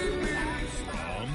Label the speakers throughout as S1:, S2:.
S1: From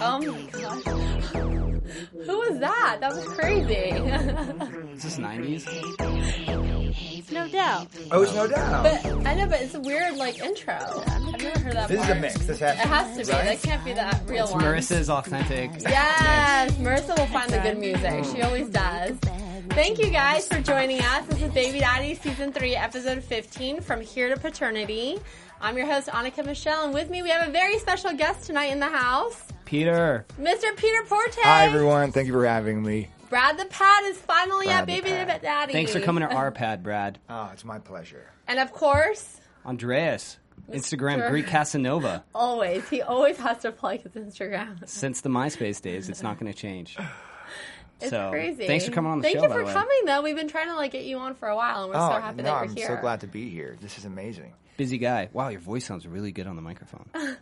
S2: Oh my god. Who was that? That was crazy.
S3: Is this 90s?
S2: no doubt.
S4: Oh, it's no doubt.
S2: But I know, but it's a weird like intro. I've never heard that.
S4: This is
S2: part.
S4: a mix. This
S2: It
S4: has to
S2: has to be. That can't be that real
S3: It's
S2: one.
S3: Marissa's authentic.
S2: Yes, Marissa will find the good music. She always does. Thank you guys for joining us. This is Baby Daddy Season 3, Episode 15, From Here to Paternity. I'm your host, Annika Michelle, and with me we have a very special guest tonight in the house,
S3: Peter.
S2: Mr. Peter Porte.
S4: Hi, everyone. Thank you for having me.
S2: Brad the Pad is finally
S4: Brad
S2: at
S4: the
S2: Baby
S4: Pad.
S2: Daddy.
S3: Thanks for coming to our pad, Brad.
S4: Oh, it's my pleasure.
S2: And of course,
S3: Andreas. Instagram
S2: Mr.
S3: Greek Casanova.
S2: always, he always has to plug his Instagram.
S3: Since the MySpace days, it's not going to change.
S2: It's
S3: so,
S2: crazy.
S3: Thanks for coming on the
S2: Thank
S3: show.
S2: you
S3: by
S2: for
S3: the way.
S2: coming, though. We've been trying to like get you on for a while, and we're
S4: oh,
S2: so happy
S4: no,
S2: that you're
S4: I'm
S2: here.
S4: so glad to be here. This is amazing.
S3: Busy guy. Wow, your voice sounds really good on the microphone. I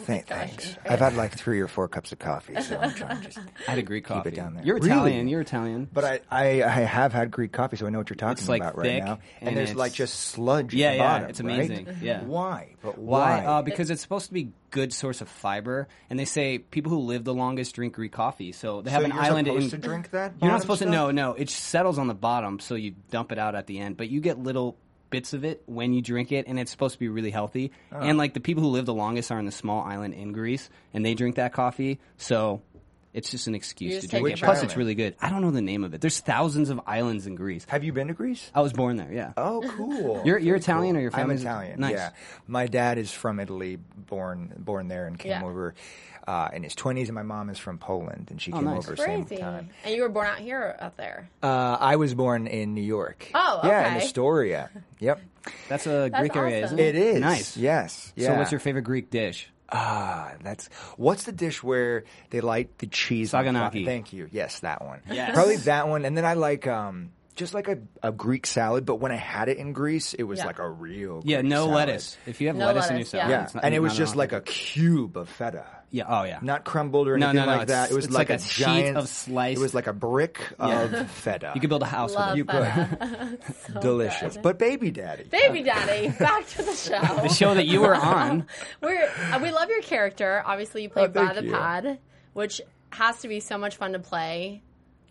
S4: Thank, thanks. I've had like three or four cups of coffee, so I'm trying to just.
S3: had a Greek coffee.
S4: down there.
S3: You're
S4: Really?
S3: Italian. You're Italian.
S4: But I, I, I have had Greek coffee, so I know what you're talking
S3: It's, like,
S4: about
S3: thick
S4: right now. And,
S3: and
S4: there's
S3: it's-
S4: like just sludge.
S3: Yeah,
S4: at the
S3: yeah,
S4: bottom,
S3: it's
S4: right?
S3: amazing. Yeah.
S4: Why? But
S3: Why?
S4: why?
S3: Uh, because it's supposed to be good source of fiber, and they say people who live the longest drink Greek coffee. So they have
S4: so
S3: an
S4: you're
S3: island
S4: supposed
S3: in.
S4: to drink that.
S3: You're
S4: bottom
S3: not supposed
S4: stuff?
S3: to. No, no. It settles on the bottom, so you dump it out at the end. But you get little bits of it when you drink it, and it's supposed to be really healthy.
S4: Oh.
S3: And like the people who live the longest are on the small island in Greece, and they drink that coffee. So it's just an excuse
S2: just
S3: to drink
S2: take
S3: it.
S2: it
S3: Plus,
S4: from
S3: it's
S4: them.
S3: really good. I don't know the name of it. There's thousands of islands in Greece.
S4: Have you been to Greece?
S3: I was born there. Yeah.
S4: Oh, cool.
S3: You're- you're Italian or your family's-
S4: I'm Italian.
S3: Nice.
S4: Yeah, my dad is from Italy, born born there, and came
S2: Yeah.
S4: over uh, in his twenties, and my mom is from Poland, and she came
S3: Oh, nice.
S4: over
S2: Crazy.
S4: same time.
S2: And you were born out here, or out there.
S3: Oh,
S4: Uh, I was born in New York.
S2: Oh,
S4: yeah, in
S2: okay.
S4: Astoria. Yep,
S3: That's a Greek area,
S2: awesome.
S3: isn't
S4: it
S3: it?
S4: is
S3: Nice.
S4: Yes. Yeah.
S3: So, what's your favorite Greek dish?
S4: Ah, that's what's the dish where they light the cheese? on
S3: Saganaki.
S4: fri- Thank you. Yes, that one.
S3: Yes.
S4: Probably that one. And then I like um just like a, a Greek salad, but when I had it in Greece, it was
S2: Yeah.
S4: like a real
S3: Yeah,
S4: Greek
S3: no
S4: salad.
S3: lettuce. If you have
S2: No
S3: lettuce, in your
S2: lettuce,
S3: salad,
S2: yeah.
S4: Yeah,
S3: it's not,
S4: and it
S3: not
S4: was
S3: an
S4: just like
S3: alternative.
S4: a cube of feta.
S3: Yeah. Oh yeah.
S4: Not crumbled or
S3: No,
S4: anything
S3: no, no,
S4: like that.
S3: it's-
S4: It was
S3: it's
S4: like,
S3: like a sheet
S4: giant
S3: of sliced-
S4: It was like a brick of feta.
S3: you could build a house
S2: Love
S3: with it.
S2: feta. So
S4: delicious,
S2: good.
S4: but baby daddy.
S2: Baby Daddy, back to the show.
S3: The show that you were on.
S2: We're, uh, we love your character. Obviously, you played
S4: Oh,
S2: Brad
S4: thank
S2: the
S4: you.
S2: Pad, which has to be so much fun to play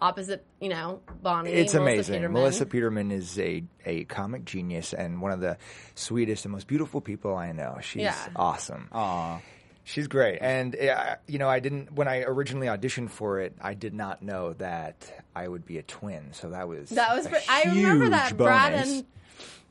S2: opposite, you know, Bonnie.
S4: It's
S2: Melissa
S4: amazing.
S2: Peterman.
S4: Melissa Peterman is a, a comic genius and one of the sweetest and most beautiful people I know. She's
S2: Yeah.
S4: awesome.
S3: Aw.
S4: She's great. And, uh, you know, I didn't, when I originally auditioned for it, I did not know that I would be a twin. So that was,
S2: That was.
S4: a
S2: Br- I remember
S4: huge
S2: that
S4: bonus.
S2: Brad and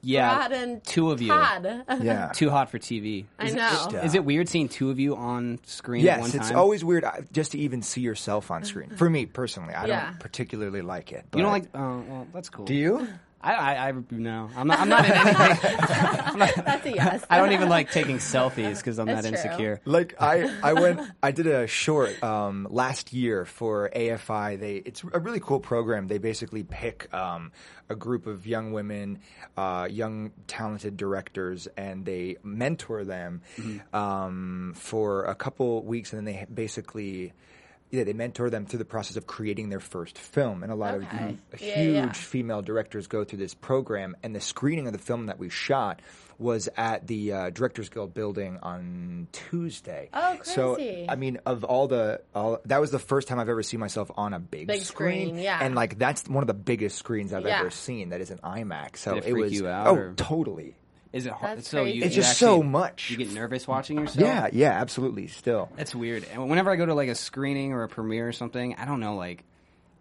S3: Yeah.
S2: Brad and
S3: two of you.
S2: Todd.
S4: yeah.
S3: Too hot for TV.
S2: I
S3: Is it-
S2: know.
S3: Is it weird seeing two of you on screen at one
S4: uh, Yes,
S3: time?
S4: it's always weird uh, just to even see yourself on screen. For me personally, I
S2: Yeah.
S4: don't particularly like it. But
S3: You don't like? Oh, well, that's cool.
S4: Do you?
S3: I, I, I no. I'm not. I'm not in anything.
S2: That's a yes.
S3: I don't even like taking selfies because I'm
S2: That's
S3: not
S2: true.
S3: insecure.
S4: Like I, I went, I did a short um, last year for AFI. They, it's a really cool program. They basically pick um, a group of young women, uh, young talented directors, and they mentor them
S3: Mm-hmm.
S4: um, for a couple weeks, and then they basically. Yeah, they mentor them through the process of creating their first film, and a lot
S2: Okay.
S4: of
S2: Yeah,
S4: huge
S2: yeah, yeah.
S4: female directors go through this program, and the screening of the film that we shot was at the uh, Directors Guild building on Tuesday.
S2: Oh, crazy.
S4: So I mean, of all the, all, that was the first time I've ever seen myself on a big,
S2: Big screen, yeah.
S4: and like that's one of the biggest screens I've
S2: Yeah.
S4: ever seen. That is an IMAX. So
S3: Did it
S4: it
S3: freak
S4: was
S3: you out,
S4: oh,
S3: or-
S4: totally.
S3: Is it hard?
S2: That's
S3: so you,
S2: crazy.
S4: It's
S3: you
S4: just
S3: actually-
S4: so much.
S3: You get nervous watching yourself.
S4: Yeah, yeah, absolutely. Still,
S3: That's weird. And whenever I go to like a screening or a premiere or something, I don't know, like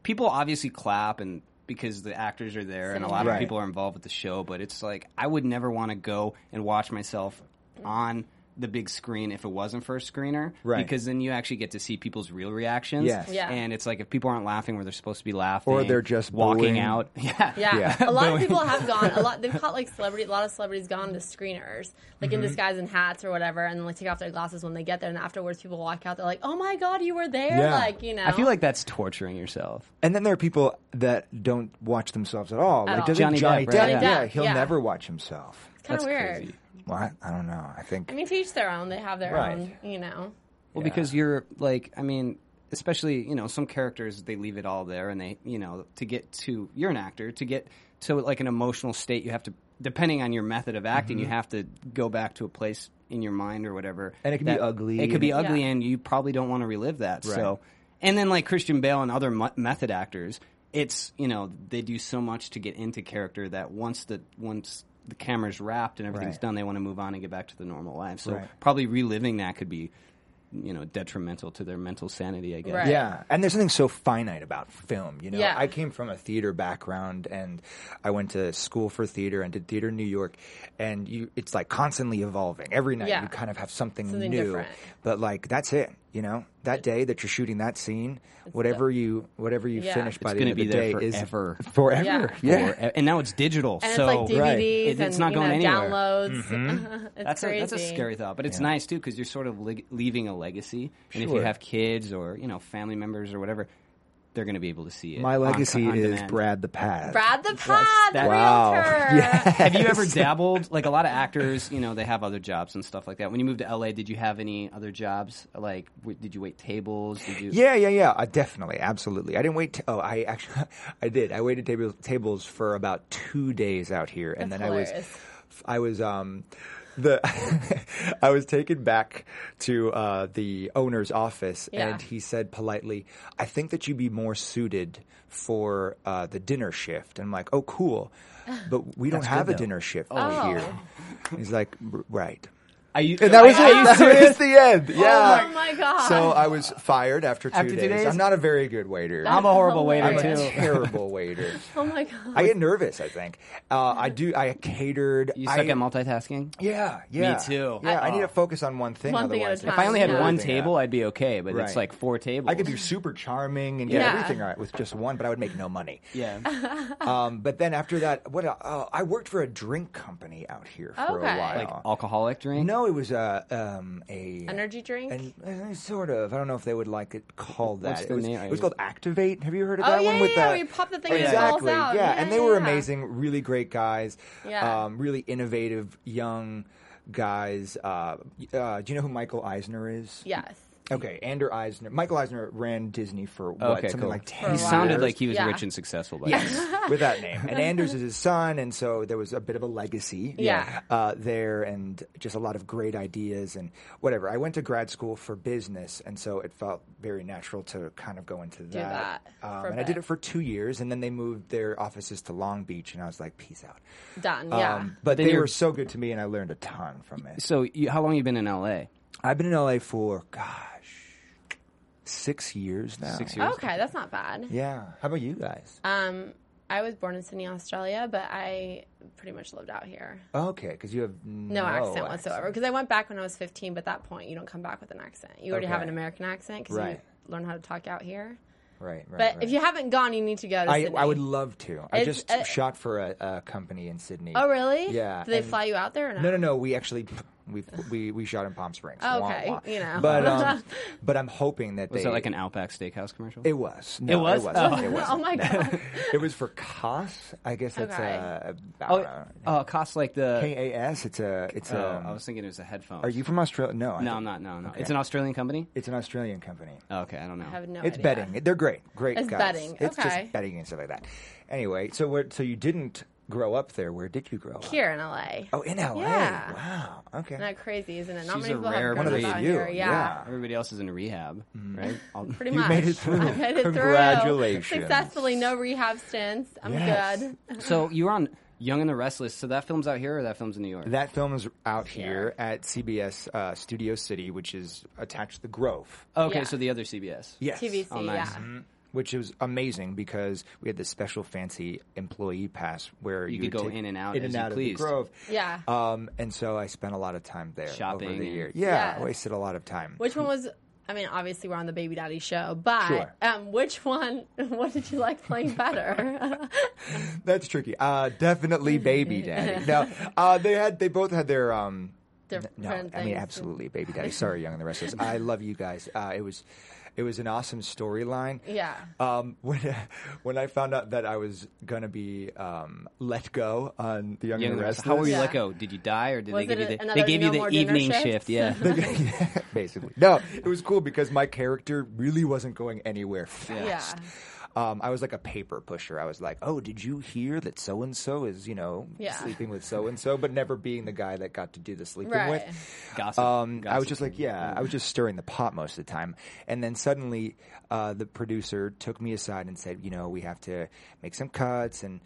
S3: people obviously clap and because the actors are there and a lot of
S4: Right.
S3: people are involved with the show, but it's like I would never want to go and watch myself on the big screen if it wasn't for a screener
S4: Right.
S3: because then you actually get to see people's real reactions
S4: Yes.
S2: Yeah.
S3: and it's like if people aren't laughing where they're supposed to be laughing
S4: Or they're just
S3: walking
S4: booing.
S3: out yeah
S2: Yeah.
S4: Yeah.
S2: A lot of
S3: Booing.
S2: people have gone. A lot they've caught like celebrity. A lot of celebrities gone to screeners, like
S4: Mm-hmm.
S2: in disguise and hats or whatever, and like take off their glasses when they get there. And afterwards, people walk out. They're like, "Oh my god, you were there!"
S4: Yeah.
S2: Like you know.
S3: I feel like that's torturing yourself
S4: And then there are people that don't watch thememselves at
S2: all.
S4: all. Like doesn't
S3: Johnny
S4: Johnny,
S3: Depp,
S4: Depp,
S3: right?
S4: yeah.
S3: Johnny
S2: Depp,
S4: he'll
S2: yeah.
S4: never watch himself.
S2: it's kind of
S3: that's
S2: weird.
S3: crazy.
S4: Well, I, I don't know. I think
S2: I mean, to each their own. They have their
S4: Right.
S2: own. You know.
S3: Well,
S4: Yeah.
S3: because you're like, I mean, especially you know, some characters they leave it all there, and they you know to get to you're an actor to get to like an emotional state, you have to depending on your method of acting,
S4: Mm-hmm.
S3: you have to go back to a place in your mind or whatever,
S4: And it can be ugly
S3: It could
S4: and
S3: be
S4: it-
S3: ugly,
S2: Yeah.
S3: and you probably don't want to relive that.
S4: Right.
S3: So, and then like Christian Bale and other mu- method actors. It's you know they do so much to get into character that once the once the camera's wrapped and everything's
S4: Right.
S3: done, they want to move on and get back to the normal life. So
S4: Right.
S3: probably reliving that could be you know detrimental to their mental sanity i guess
S2: Right.
S4: Yeah, and there's something so finite about film. You know,
S2: Yeah.
S4: I came from a theater background, and I went to school for theater and did theater in New York, and you, it's like constantly evolving. Every night
S2: Yeah.
S4: you kind of have something,
S2: Something
S4: new,
S2: different.
S4: but like that's it. You know, that day that you're shooting that scene, whatever you whatever you
S2: Yeah.
S4: finish by
S3: It's
S4: the end
S3: gonna
S4: of the
S3: be there
S4: day
S3: forever.
S4: is forever.
S2: Yeah.
S4: Yeah,
S3: Or- and now it's digital
S2: And
S3: so
S2: it's like DVDs
S4: Right.
S3: It- it's
S2: and
S3: not
S2: you
S3: going
S2: know,
S3: anywhere.
S2: downloads. it's
S3: that's a,
S2: crazy.
S3: that's a scary thought but it's nice too because you're sort of leg- leaving a legacy and if you
S4: Sure.
S3: have kids or you know family members or whatever they're going to be able to see it
S4: my
S3: on-
S4: legacy
S3: on
S4: is
S3: demand.
S4: Brad the Pad.
S2: Brad the Pod, the
S3: that-
S4: Wow.
S2: realtor.
S3: have you ever dabbled like a lot of actors you know they have other jobs and stuff like that when you moved to la did you have any other jobs like w- did you wait tables did you
S4: Yeah, yeah, yeah. Uh, definitely, absolutely. I didn't wait. T- oh, I actually, I did. I waited table- tables for about two days out here, and
S2: That's
S4: then
S2: hilarious.
S4: I was, I was, um, the, I was taken back to uh, the owner's office,
S2: Yeah.
S4: and he said politely, "I think that you'd be more suited for uh, the dinner shift." And I'm like, "Oh, cool," but we don't have a dinner shift
S2: Oh.
S4: here. He's like, "R- "Right."
S3: Are you,
S4: And that was
S3: are you
S4: it. That
S3: serious?
S4: was the end. Yeah.
S2: Oh my god.
S4: So I was fired after two,
S3: After two
S4: days.
S3: days?
S4: I'm not a very good waiter.
S3: i'm a horrible waiter
S4: I'm a
S3: too
S4: terrible waiter.
S2: oh my god.
S4: I get nervous. I think uh, I do. I catered.
S3: you
S4: I,
S3: suck at multitasking
S4: Yeah, yeah.
S3: too.
S4: Yeah, I,
S3: Oh.
S4: need to focus on one thing.
S2: One thing at a
S4: otherwise,
S2: time.
S3: If I only had
S2: Yeah.
S3: one
S4: Everything
S3: table,
S4: out.
S3: I'd be okay. But
S4: Right.
S3: it's like four tables.
S4: I could be super charming and get
S2: Yeah.
S4: everything right with just one, but I would make no money.
S3: yeah,
S4: Um, but then after that, what? Uh, I worked for a drink company out here for
S2: Okay.
S4: a while.
S3: like alcoholic drink.
S4: no, it was a um, a
S2: Energy drink?
S4: and uh, sort of. I don't know if they would like it called that.
S3: What's
S4: it
S3: the
S4: was,
S3: name?
S4: It was called Activate. Have you heard of
S2: Oh,
S4: that
S2: yeah,
S4: one? with
S2: yeah, yeah,
S4: the,
S2: where you pop the thing and it
S4: exactly.
S2: falls out.
S4: Yeah,
S2: Yeah,
S4: and they were
S2: yeah.
S4: amazing. Really great guys.
S2: Yeah.
S4: Um, really innovative young guys. Uh, uh, do you know who Michael Eisner is?
S2: yes.
S4: Okay, Andrew Eisner. Michael Eisner ran Disney for what?
S3: Oh, okay,
S4: something
S3: cool.
S4: like ten.
S3: he
S2: a
S4: years?
S2: while.
S3: sounded like he was
S2: Yeah.
S3: rich and successful. By then.
S4: with that name. And Anders is his son, and so there was a bit of a legacy
S2: Yeah.
S4: uh, there and just a lot of great ideas and whatever. I went to grad school for business, and so it felt very natural to kind of go into
S2: that
S4: that. Um,
S2: for a
S4: and I did
S2: bit.
S4: it for two years, and then they moved their offices to Long Beach, and I was like, peace out.
S2: Done. Yeah.
S4: Um, but
S3: then
S4: they
S3: you're-
S4: were so good to me, and I learned a ton from it.
S3: So, you, how long you been in L.A.?
S4: I've been in LA for, gosh, six years now.
S3: Six years.
S2: okay, that's not bad.
S4: Yeah. How about you guys?
S2: Uh, I was born in Sydney, Australia, but I pretty much lived out here.
S4: okay, because you have
S2: No
S4: no,
S2: accent whatsoever. Because I went back when I was 15, but at that point, you don't come back with an accent. You already have
S4: Okay.
S2: an American accent because
S4: Right.
S2: you learn how to talk out here.
S4: Right, right.
S2: But
S4: right.
S2: if you haven't gone, you need to go to
S4: I,
S2: Sydney.
S4: I would love to. I
S2: It's-
S4: just
S2: uh,
S4: shot for a, a company in Sydney.
S2: Oh, really?
S4: Yeah.
S2: Do they
S4: and-
S2: fly you out there or not?
S4: No, no, no. We actually we we, we shot in Palm Springs. Wah,
S2: Okay,
S4: wah.
S2: you know.
S4: But um, but I'm hoping that
S3: Was
S4: they
S3: that like an Outback Steakhouse commercial?
S4: It was. No,
S3: was?
S4: It wasn't.
S3: Oh.
S4: It,
S2: Oh
S4: wasn't.
S2: my god!
S4: it was for CAS. I guess it's
S2: Okay.
S4: a
S3: oh, uh, cost like the.
S4: K A S. It's a it's
S3: oh,
S4: a.
S3: I was thinking it was a headphone.
S4: um, are you from Australia? No, I
S3: No,
S4: think-
S3: I'm not. No, no. It's an Australian company.
S4: It's an Australian company.
S3: Oh, okay, I don't know.
S2: I have no
S4: It's
S2: idea.
S4: betting. They're great. Great
S2: It's
S4: guys.
S2: betting.
S4: It's
S2: Okay.
S4: just betting and stuff like that. Anyway, so what? So you didn't grow up there. Where did you grow up?
S2: Here in LA.
S4: Oh, in LA.
S2: Yeah.
S4: Wow. Okay.
S2: Not crazy, isn't it? Not
S3: She's
S2: many
S3: a
S2: people
S3: rare
S2: have grown
S3: one
S2: up
S3: of
S2: out
S4: you.
S2: here. Yeah.
S4: Yeah.
S3: Everybody else is in rehab,
S4: Mm-hmm.
S3: right? I'll-
S2: Pretty
S4: You
S2: much.
S4: made it through.
S2: I made it through.
S4: Congratulations.
S2: Successfully, no rehab stints. I'm
S4: Yes.
S2: good.
S3: so you were on Young and the Restless. So that film's out here, or that film's in New York?
S4: That film is out here at CBS uh, Studio City, which is attached to the Grove.
S3: Oh, okay,
S2: Yeah.
S3: so the other CBS.
S4: Yes.
S2: TBC,
S3: Oh, nice.
S2: yeah.
S4: which was amazing because we had this special fancy employee pass where you,
S3: could
S4: would
S3: go
S4: take
S3: in and out
S4: in
S3: as
S4: and
S3: you
S4: out of
S3: pleased.
S4: the Grove.
S2: Yeah.
S4: Um, and so I spent a lot of time there
S3: Shopping
S4: over the
S3: and-
S4: year.
S2: Yeah.
S4: Yeah, I wasted a lot of time.
S2: Which one was? I mean, obviously we're on the Baby Daddy show, but
S4: Sure.
S2: um, which one? What did you like playing better?
S4: That's tricky. Uh, definitely baby daddy. No, uh, they had they both had their um.
S2: Different
S4: No,
S2: things.
S4: I mean absolutely baby daddy. Sorry, young and the restless. I love you guys. Uh, it was, it was an awesome storyline.
S2: Yeah.
S4: Um, when when I found out that I was gonna be um, let go on the young,
S3: Young
S4: and the restless,
S3: How were you
S2: Yeah.
S3: let go? Did you die, or did
S2: Was
S3: they give
S2: it
S3: you
S2: a-
S3: the,
S2: another
S3: they gave you
S2: no more
S3: the
S2: dinner
S3: evening
S2: shift?
S3: shift? Yeah.
S4: basically. No, it was cool because my character really wasn't going anywhere fast.
S2: Yeah.
S4: Um, I was like a paper pusher. I was like, "Oh, did you hear that so and so is, you know,
S2: Yeah.
S4: sleeping with so and so?" But never being the guy that got to do the sleeping
S2: Right.
S4: with.
S3: Gossip.
S4: Um, I was
S3: Gossip.
S4: just like, yeah, I was just stirring the pot most of the time. And then suddenly, uh, the producer took me aside and said, you know, we have to make some cuts and,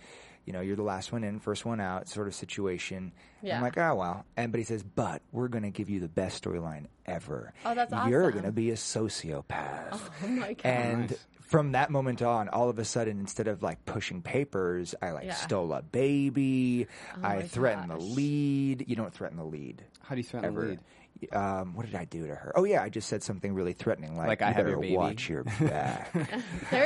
S4: you know, you're the last one in, first one out sort of situation.
S2: Yeah.
S4: I'm like, oh, wow. And, but he says, but we're going to give you the best storyline ever.
S2: Oh, that's
S4: You're
S2: awesome.
S4: going to be a sociopath.
S2: Oh my god.
S4: And from that moment on, all of a sudden, instead of like pushing papers, I like
S2: Yeah.
S4: stole a baby. I
S2: my
S4: threatened the
S2: gosh.
S4: lead. You don't threaten the lead.
S3: Oh How do you threaten the
S4: ever.
S3: lead?
S4: Um, what did I do to her? Oh yeah, I just said something really threatening, like,
S3: Like,
S4: you
S3: I have
S4: better
S3: your baby."
S4: watch your back.
S2: there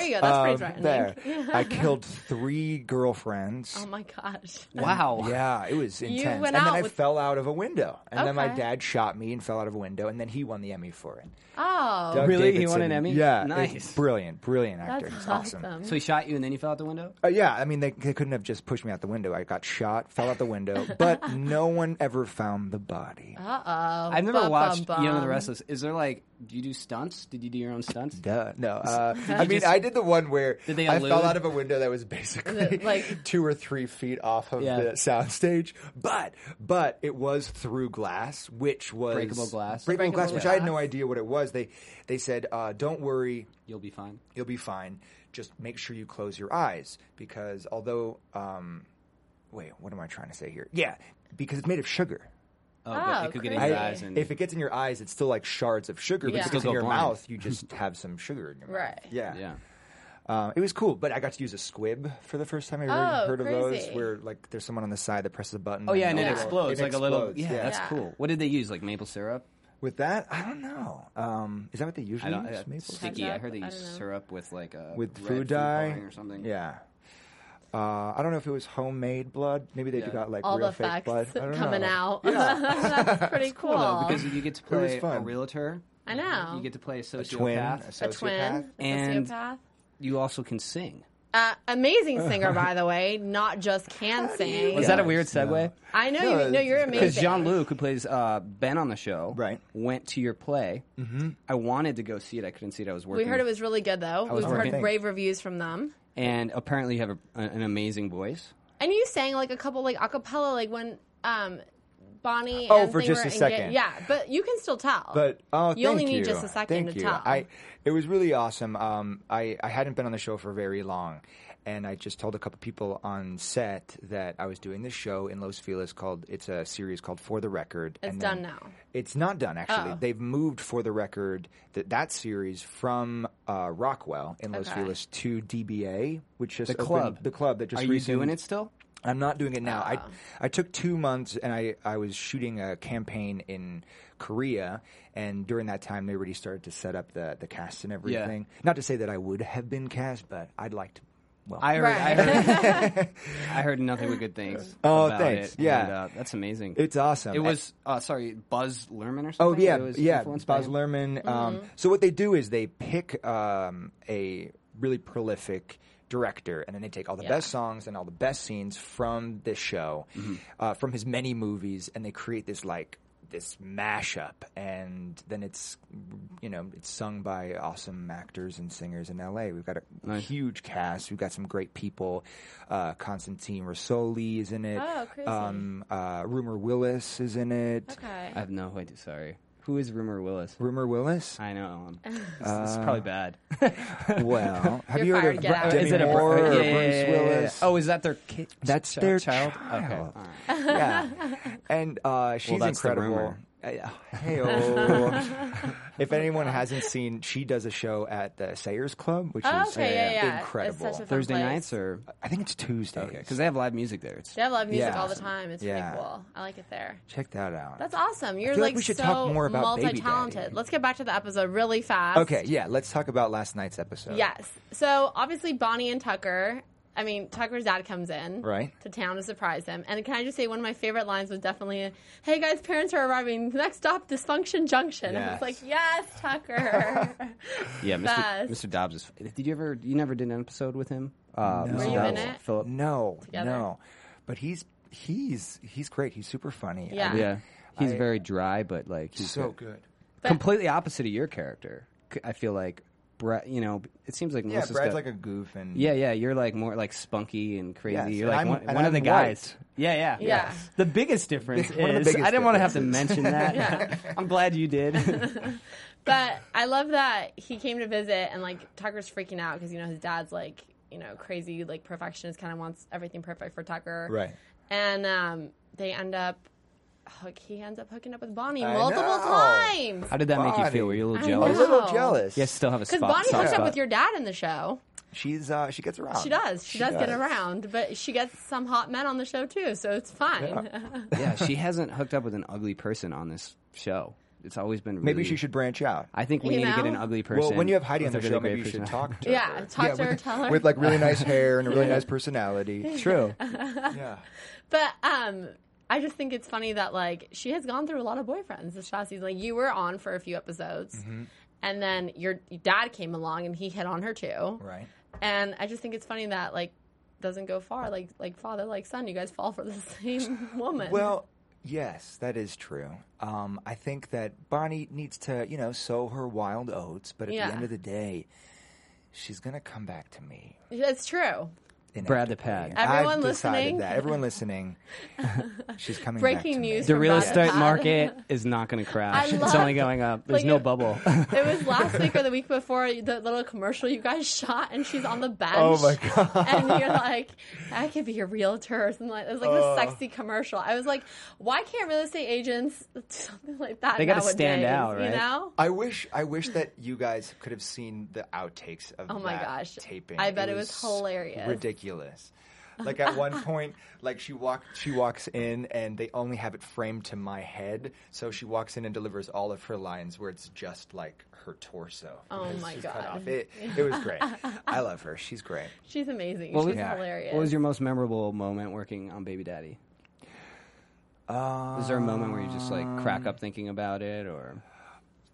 S2: you go. That's pretty
S4: Um,
S2: threatening.
S4: there, I killed three girlfriends.
S2: Oh my gosh.
S3: wow.
S4: Yeah, it was intense.
S2: went
S4: and then
S2: out
S4: I
S2: with-
S4: fell out of a window, and then my
S2: Okay.
S4: dad shot me and fell out of a window, and then he won the Emmy for it.
S2: Oh,
S4: Doug
S3: Really? He won an
S4: Davidson-
S3: Emmy?
S4: Yeah,
S3: Nice.
S4: it's brilliant, brilliant actor.
S2: that's
S4: It's
S2: awesome.
S3: So he shot you, and then you fell out the window.
S4: Uh, yeah, I mean, they, they couldn't have just pushed me out the window. I got shot, fell out the window, but no one ever found the body.
S3: I've never
S2: bum,
S3: watched
S2: bum,
S3: Young and the
S2: bum.
S3: Restless. Is there like, do you do stunts? Did you do your own stunts?
S4: Duh. No, uh, I
S3: you
S4: mean,
S3: just-
S4: I did the one where
S3: Did they
S4: I
S3: allude?
S4: fell out of a window that was basically
S2: it like-
S4: two or three feet off of
S3: Yeah.
S4: the soundstage, but but it was through glass, which was
S3: Breakable glass?
S4: breakable, glass,
S2: Breakable
S4: which I had
S2: glass.
S4: no idea what it was. They they said, uh, "Don't worry,
S3: You'll be fine.
S4: you'll be fine. Just make sure you close your eyes because although, um, wait, what am I trying to say here? Yeah, because it's made of sugar.
S3: Oh, but
S2: Oh,
S3: it could get in
S2: crazy.
S3: your
S4: I-
S3: eyes, and
S4: if it gets in your eyes, it's still like shards of sugar. But
S2: Yeah.
S4: if it
S2: Still
S4: gets in
S3: go
S4: your
S3: blind.
S4: mouth, you just have some sugar in your mouth.
S2: Right.
S4: Yeah.
S3: yeah.
S4: Uh, it was cool, but I got to use a squib for the first time. Have you ever
S2: Oh,
S4: heard of
S2: crazy.
S4: those where like there's someone on the side that presses a button?
S3: Oh yeah, and
S4: and
S3: it
S2: Yeah.
S3: explodes
S4: It
S3: like a little.
S4: explodes,
S3: Yeah, that's
S2: Yeah.
S3: cool. What did they use? Like maple syrup?
S4: With that, I don't know. Um, is that what they
S3: I
S4: usually
S3: don't.
S4: use?
S3: Uh,
S4: Maple syrup?
S3: sticky. I heard they
S2: I
S3: use
S2: don't know.
S3: syrup with like a
S4: with
S3: red
S4: food dye
S3: coloring or something.
S4: Yeah. Uh, I don't know if it was homemade blood. Maybe they
S3: Yeah.
S4: got like
S2: all
S4: real
S2: the
S4: fake
S2: facts
S4: blood. I don't
S2: coming
S4: know.
S2: out. that's pretty cool.
S3: because you get to
S4: was
S3: play a
S4: fun.
S3: realtor.
S2: I know.
S3: You get to play a
S4: Twin,
S3: sociopath.
S2: a twin, a
S3: And-
S2: sociopath.
S3: you also can sing.
S2: Uh, amazing singer, by the way, not just can sing.
S3: Was that a weird segue?
S2: I know
S4: No,
S2: you. No, you're amazing.
S3: Because Jean Luc, who plays uh, Ben on the show,
S4: Right.
S3: went to your play. Mm-hmm. I wanted to go see it. I couldn't see it. I was
S2: we
S3: working.
S2: heard it was really good, though. We've heard
S4: working.
S2: rave reviews from them.
S3: and apparently you have a, an amazing voice.
S2: And you sang like a couple like acapella, like when um Bonnie.
S4: Oh,
S2: and
S4: for
S2: they
S4: just
S2: were
S4: a
S2: enga-
S4: second.
S2: yeah, but you can still tell.
S4: But oh,
S2: you only
S4: thank
S2: need
S4: you.
S2: just a second
S4: Thank
S2: to
S4: you.
S2: tell.
S4: I it was really awesome. Um, I I hadn't been on the show for very long, and I just told a couple people on set that I was doing this show in Los Feliz called it's a series called For the Record.
S2: It's
S4: and
S2: done
S4: then-
S2: now.
S4: It's not done actually.
S2: Oh.
S4: They've moved For the Record that that series from uh, Rockwell in Los
S2: Okay.
S4: Feliz to DBA, which just
S3: The
S4: opened-
S3: club.
S4: the club that just
S3: Are you doing
S4: resumed-
S3: it still?
S4: I'm not doing it now. I I took two months and I, I was shooting a campaign in Korea, and during that time they already started to set up the the cast and everything. Not to say that I would have been cast, but I'd like to. Well,
S3: I heard. I heard. I heard nothing but good things.
S4: Oh,
S3: about
S4: thanks.
S3: It.
S4: Yeah.
S3: and, uh, that's amazing.
S4: it's awesome.
S3: It was uh, sorry, Buzz Luhrmann or
S4: Oh
S3: something.
S4: yeah,
S3: It was
S4: yeah.
S3: influenced by
S4: Baz
S3: him? Mm-hmm.
S4: Luhrmann. Um, So what they do is they pick um, a really prolific director, and then they take all the best songs and all the best scenes from this show,
S3: Mm-hmm.
S4: uh, from his many movies, and they create this like this mashup, and then it's you know it's sung by awesome actors and singers in L.A. We've got a huge cast. We've got some great people. Uh, Constantine Rosoli is in it.
S2: Oh, crazy.
S4: Um, uh, Rumor Willis is in it.
S2: okay.
S3: I have no idea. Sorry, who is Rumor Willis?
S4: Rumor Willis.
S3: I know Ellen. This, this
S4: Uh,
S3: is probably bad.
S4: Well, have
S2: You're
S4: you
S2: fired,
S4: heard of
S2: get out.
S4: Bra- Demi
S3: is it a Bru-
S4: Moore
S3: yeah, yeah,
S4: or
S3: yeah,
S4: Bruce
S3: yeah, yeah.
S4: Willis?
S3: Oh, is that their kid?
S4: that's
S3: chi-
S4: their
S3: child.
S4: child.
S3: Okay. all right.
S4: yeah, and uh, she's
S3: that's the
S4: incredible.
S3: rumor.
S4: Heyo. if anyone hasn't seen, she does a show at the Sayers Club, which
S2: Oh,
S4: is
S2: okay, yeah, yeah.
S4: incredible.
S2: It's such a fun
S3: Thursday
S2: place.
S3: nights or
S4: I think it's Tuesday.
S3: because they have live music there. It's,
S2: They have live music
S4: Yeah.
S2: all the time. It's
S4: Yeah.
S2: pretty cool. I like it there.
S4: Check that out.
S2: That's awesome. You're
S4: feel like
S2: like,
S4: we should
S2: so
S4: talk more about Baby Daddy.
S2: multi-talented. Let's get back to the episode really fast.
S4: okay, yeah. Let's talk about last night's episode.
S2: Yes. So obviously Bonnie and Tucker. I mean, Tucker's dad comes in
S4: Right.
S2: to town to surprise him. And can I just say, one of my favorite lines was definitely, "Hey guys, parents are arriving. Next stop, Dysfunction Junction." And I was like, "Yes,
S4: Yes.
S2: Tucker."
S3: yeah, Mr.
S2: Best.
S3: Mr. Dobbs is. Did you ever? You never did an episode with him? Uh, Mr.
S2: Were you in
S3: Dobbs,
S2: it?
S3: Philip.
S4: No,
S2: Together.
S4: no. But he's he's he's great. He's super funny.
S2: Yeah.
S4: I mean,
S3: Yeah, he's
S4: I-
S3: very dry, but like he's
S4: so
S3: good.
S4: good.
S3: completely opposite of your character. C- I feel like Brett. You know, it seems like
S4: Yeah,
S3: Melissa's
S4: Brad's
S3: got-
S4: like a goof and
S3: Yeah, yeah, you're like more like spunky and crazy.
S4: Yes,
S3: you're
S4: and
S3: like
S4: I'm-
S3: one,
S4: and
S3: one of the
S4: I'm
S3: guys.
S4: white.
S3: Yeah, yeah,
S2: Yeah.
S3: The biggest difference
S4: One of the
S3: is
S4: biggest
S3: I didn't want to have to
S4: differences.
S3: mention that.
S2: Yeah.
S3: I'm glad you did.
S2: but I love that he came to visit, and like Tucker's freaking out because you know his dad's like, you know, crazy, like perfectionist, kind of wants everything perfect for Tucker.
S4: Right.
S2: And um, they end up, hook, he ends up hooking up with Bonnie
S4: I
S2: multiple
S4: know.
S2: times.
S3: How did that make you feel? Were you a little
S2: I
S4: a
S3: jealous?
S2: know.
S4: little jealous.
S3: Yes, still have a
S2: Because
S3: spot.
S2: Bonnie
S3: soft
S2: hooks up
S3: spot.
S2: with your dad in the show.
S4: she's uh, she gets around.
S2: She does. She, does, get around, but she gets some hot men on the show too, so it's fine.
S3: yeah, she hasn't hooked up with an ugly person on this show. It's always been. Really,
S4: Maybe she should branch out.
S3: I think we
S2: You
S3: need to get
S2: know?
S3: an ugly person.
S4: well, when you have Heidi on
S3: with
S4: the
S3: a
S4: show,
S3: really
S4: maybe
S3: great
S4: you should
S3: personality.
S4: talk to
S2: Yeah,
S4: her.
S2: talk to her,
S4: with,
S2: tell her.
S4: With like really nice hair and a really nice personality.
S3: True.
S4: Yeah.
S2: But um, I just think it's funny that like she has gone through a lot of boyfriends this past season. Like you were on for a few episodes,
S4: Mm-hmm.
S2: and then your dad came along and he hit on her too.
S4: Right.
S2: And I just think it's funny that like doesn't go far. Like like father like son, you guys fall for the same woman.
S4: Well, yes, that is true. Um, I think that Bonnie needs to, you know, sow her wild oats, but at
S2: Yeah.
S4: the end of the day, she's going to come back to me.
S2: it's true.
S3: Brad the Pad.
S4: inevitably.
S2: Everyone
S4: I've decided
S2: listening?
S4: That. Everyone listening. she's coming back
S2: Breaking
S4: to me.
S2: news.
S3: The
S2: from
S3: real
S2: Brad
S3: estate
S2: Pitt.
S3: market is not going to crash.
S2: I
S3: It's
S2: love-
S3: only going up. There's
S2: like
S3: no
S2: it-
S3: bubble.
S2: It was last week or the week before the little commercial you guys shot, and she's on the bench.
S4: Oh, my God.
S2: And you're like, I could be a realtor or something like. It was like
S4: Oh.
S2: this sexy commercial. I was like, why can't real estate agents do something like that?
S3: They
S2: got
S3: gotta
S2: to
S3: stand out,
S2: You
S3: right?
S2: know.
S4: I wish I wish that you guys could have seen the outtakes of
S2: Oh my
S4: that
S2: gosh.
S4: taping.
S2: I bet it was hilarious.
S4: Ridiculous. Like at one point, like she walk she walks in and they only have it framed to my head. So she walks in and delivers all of her lines where it's just like her torso.
S2: Oh
S4: because
S2: my
S4: she's cut
S2: God.
S4: off. It, it was great. I love her. She's great.
S2: She's amazing.
S3: What was-
S2: she's
S3: yeah.
S2: hilarious.
S3: What was your most memorable moment working on Baby Daddy? Is there a moment where you just like crack
S4: Um,
S3: up thinking about it, or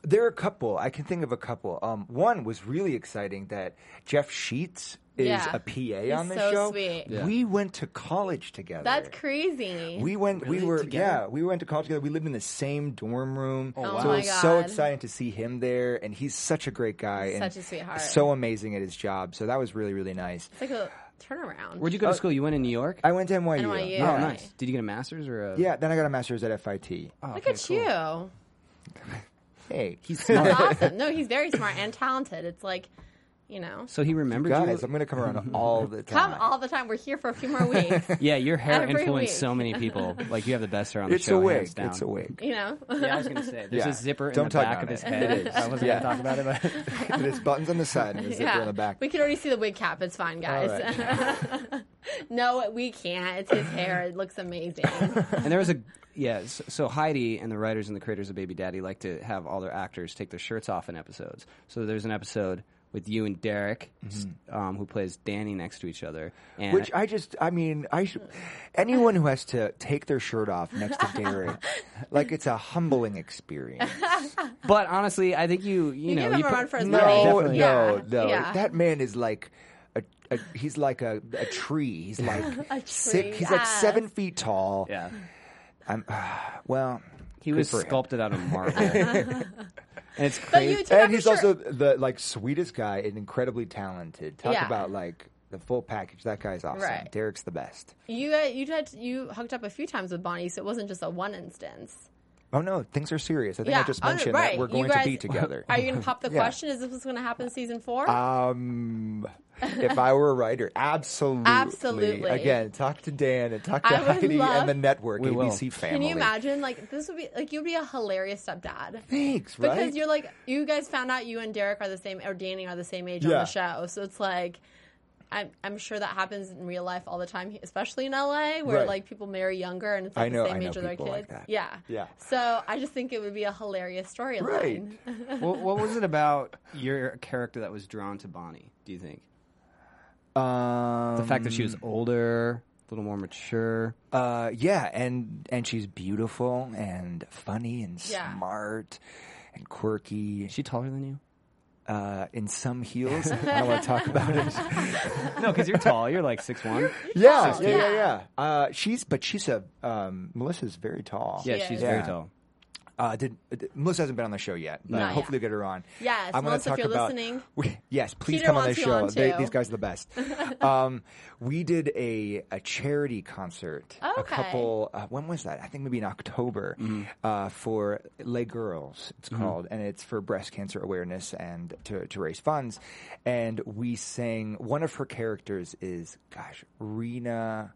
S4: There are a couple. I can think of a couple. Um, one was really exciting that Jeff Sheets is
S2: Yeah.
S4: a PA
S2: He's
S4: on the
S2: so
S4: show.
S2: sweet. Yeah.
S4: We went to college together.
S2: That's crazy.
S4: We went. we
S3: Really?
S4: were.
S3: Together?
S4: Yeah, we went to college together. We lived in the same dorm room. Oh,
S2: wow.
S4: So
S2: my
S4: it was so
S2: God.
S4: exciting to see him there, and he's such a great guy, and
S2: Such a sweetheart.
S4: so amazing at his job. So that was really, really nice.
S2: it's like a turnaround.
S3: where'd you go to school? You went in New York.
S4: uh, I went to NYU.
S2: NYU.
S3: oh,
S4: Yeah.
S2: Right.
S3: nice. Did you get a master's or a?
S4: Yeah, then I got a master's at FIT.
S2: Look at you.
S4: Hey,
S3: He's smart.
S2: awesome. No, he's very smart and talented. It's like, you know,
S3: so he remembered
S4: guys,
S3: you.
S4: I'm gonna come around all the time.
S2: come all the time. We're here for a few more weeks.
S3: yeah, your hair
S2: every
S3: influenced
S2: week.
S3: so many people. Like you have the best hair on the
S4: it's
S3: show,
S4: a wig.
S3: hands down.
S4: It's a wig.
S2: you know.
S3: Yeah, I was gonna say there's
S4: Yeah.
S3: a zipper in
S4: Don't
S3: the
S4: tug
S3: back
S4: on
S3: of his
S4: it.
S3: head.
S4: It is.
S3: I wasn't
S4: Yeah.
S3: gonna talk about it, but
S4: There's buttons on the side and a zipper on the back.
S2: We can already see the wig cap. It's fine, guys. no, we can't. It's his hair. It looks amazing.
S3: And there was a yeah. So, so Heidi and the writers and the creators of Baby Daddy like to have all their actors take their shirts off in episodes. So there's an episode with you and Derek, s- um, who plays Danny next to each other. And
S4: Mm-hmm. Which I just, I mean, I should, anyone who has to take their shirt off next to Derek, like it's a humbling experience.
S3: but honestly, I think you you,
S2: You
S3: know
S2: give him
S3: you
S2: a
S3: put-
S2: run for his money.
S4: No,
S3: Definitely.
S4: no,
S2: Yeah,
S4: no.
S2: yeah.
S4: That man is like, a, a, he's like a, a tree. He's like six. He's like
S2: yes.
S4: seven feet tall.
S3: yeah.
S4: I'm, well,
S3: He
S4: good
S3: was
S4: for him.
S3: sculpted out of marble, and it's
S2: But you
S3: crazy.
S2: took off
S4: And
S2: your
S4: he's also
S2: shirt.
S4: the like sweetest guy and incredibly talented. Talk
S2: Yeah.
S4: about like the full package. That guy's awesome.
S2: Right.
S4: Derek's the best.
S2: you uh, you had you hooked up a few times with Bonnie, so it wasn't just a one instance.
S4: Oh no, things are serious. I think
S2: Yeah.
S4: I just
S2: Oh,
S4: mentioned
S2: right.
S4: that we're
S2: You
S4: going
S2: guys-
S4: to be together.
S2: Are you going to pop the
S4: Yeah.
S2: question? Is this what's going to happen in season four?
S4: Um, if I were a writer, absolutely.
S2: Absolutely.
S4: Again, talk to Dan and talk to
S2: I would
S4: Heidi
S2: love-
S4: and the network,
S3: We will.
S4: ABC
S2: Can
S4: family.
S2: you imagine? Like this would be like you'd be a hilarious stepdad.
S4: Thanks, right?
S2: Because you're like you guys found out you and Derek are the same or Danny are the same age on
S4: Yeah.
S2: the show, so it's like I'm I'm sure that happens in real life all the time, especially in LA where
S4: Right.
S2: like people marry younger and it's
S4: I
S2: like
S4: know-
S2: the same
S4: I know
S2: age of their
S4: people
S2: kids.
S4: like that.
S2: Yeah,
S4: Yeah.
S2: So I just think it would be a hilarious storyline.
S4: right.
S3: well, what was it about your character that was drawn to Bonnie? Do you think
S4: Um,
S3: the fact that she was older, a little more mature?
S4: Uh, yeah, and and she's beautiful and funny and
S2: Yeah.
S4: smart and quirky.
S3: Is she taller than you?
S4: Uh, in some heels, I don't want to talk about it.
S3: No, because you're tall. You're like six one.
S4: Yeah, yeah,
S2: yeah.
S4: yeah, yeah. Uh, she's but she's a um, Melissa's very tall.
S3: Yeah,
S2: She
S3: she's
S2: is.
S3: very
S4: Yeah.
S3: tall.
S4: Uh, did, did- Melissa hasn't been on the show yet, but
S2: No.
S4: hopefully we'll get her on.
S2: Yes,
S4: gonna
S2: Melissa, if you're listening.
S4: We- yes, please
S2: Peter
S4: come on the
S2: wants you
S4: show.
S2: on,
S4: They-
S2: too.
S4: these guys are the best. um, we did a a charity concert. A
S2: Okay.
S4: couple. Uh, when was that? I think maybe in October uh, for Les Girls. It's called, and it's for breast cancer awareness and to to raise funds. And we sang. One of her characters is, gosh, Rena.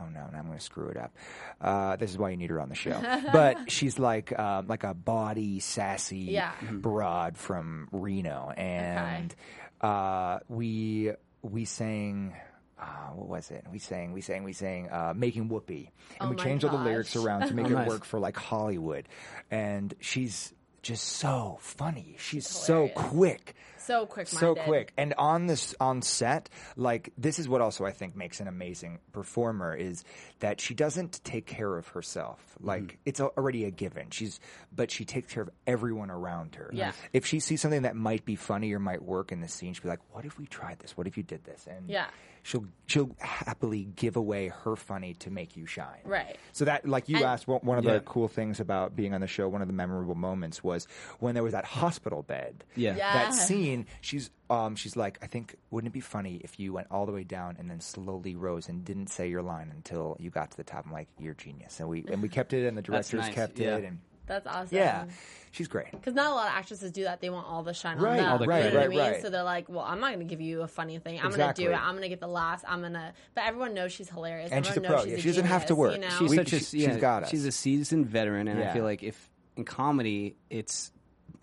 S4: Oh no, now I'm going to screw it up. Uh, this is why you need her on the show. But she's like um, like a body sassy
S2: Yeah.
S4: broad from Reno, and uh, we we sang. Uh, what was it? We sang, we sang, we sang, uh, making Whoopi, and
S2: Oh
S4: we
S2: my
S4: changed all the
S2: gosh.
S4: lyrics around to make it
S3: nice.
S4: work for like Hollywood. And she's just so funny. She's so
S2: hilarious.
S4: quick
S2: So quick,
S4: so quick and on this on set like this is what also i think makes an amazing performer is that she doesn't take care of herself like it's al- already a given she's but she takes care of everyone around her
S2: Yeah.
S4: if she sees something that might be funny or might work in the scene she'll be like what if we tried this what if you did this and
S2: Yeah.
S4: she'll she'll happily give away her funny to make you shine
S2: Right.
S4: so that, like you
S2: And-
S4: asked, one, one of
S3: Yeah.
S4: the cool things about being on the show, one of the memorable moments was when there was that hospital bed.
S3: Yeah.
S2: Yeah.
S4: That scene, she's um, she's like, I think wouldn't it be funny if you went all the way down and then slowly rose and didn't say your line until you got to the top? I'm like, you're genius, and we and we kept it, and the
S3: That's
S4: directors
S3: nice,
S4: kept
S3: yeah.
S4: it, and
S2: That's awesome.
S4: yeah, she's great.
S2: Because not a lot of actresses do that. They want all the shine
S4: Right,
S2: on them.
S4: all
S3: the
S2: you know what I
S4: credit.
S2: mean?
S4: Right, right.
S2: So they're like, well, I'm not going to give you a funny thing. I'm
S4: Exactly.
S2: going to do it. I'm going to get the laughs. I'm going to. But everyone knows she's hilarious.
S4: And she's
S2: everyone
S4: a pro.
S2: Knows
S4: Yeah,
S2: she's
S4: she doesn't have to
S2: genius,
S4: work.
S2: You know?
S3: She's
S4: We-
S3: such a
S4: she-
S3: yeah,
S4: she's got us.
S3: She's a seasoned veteran, and I
S4: Yeah.
S3: feel like if in comedy, it's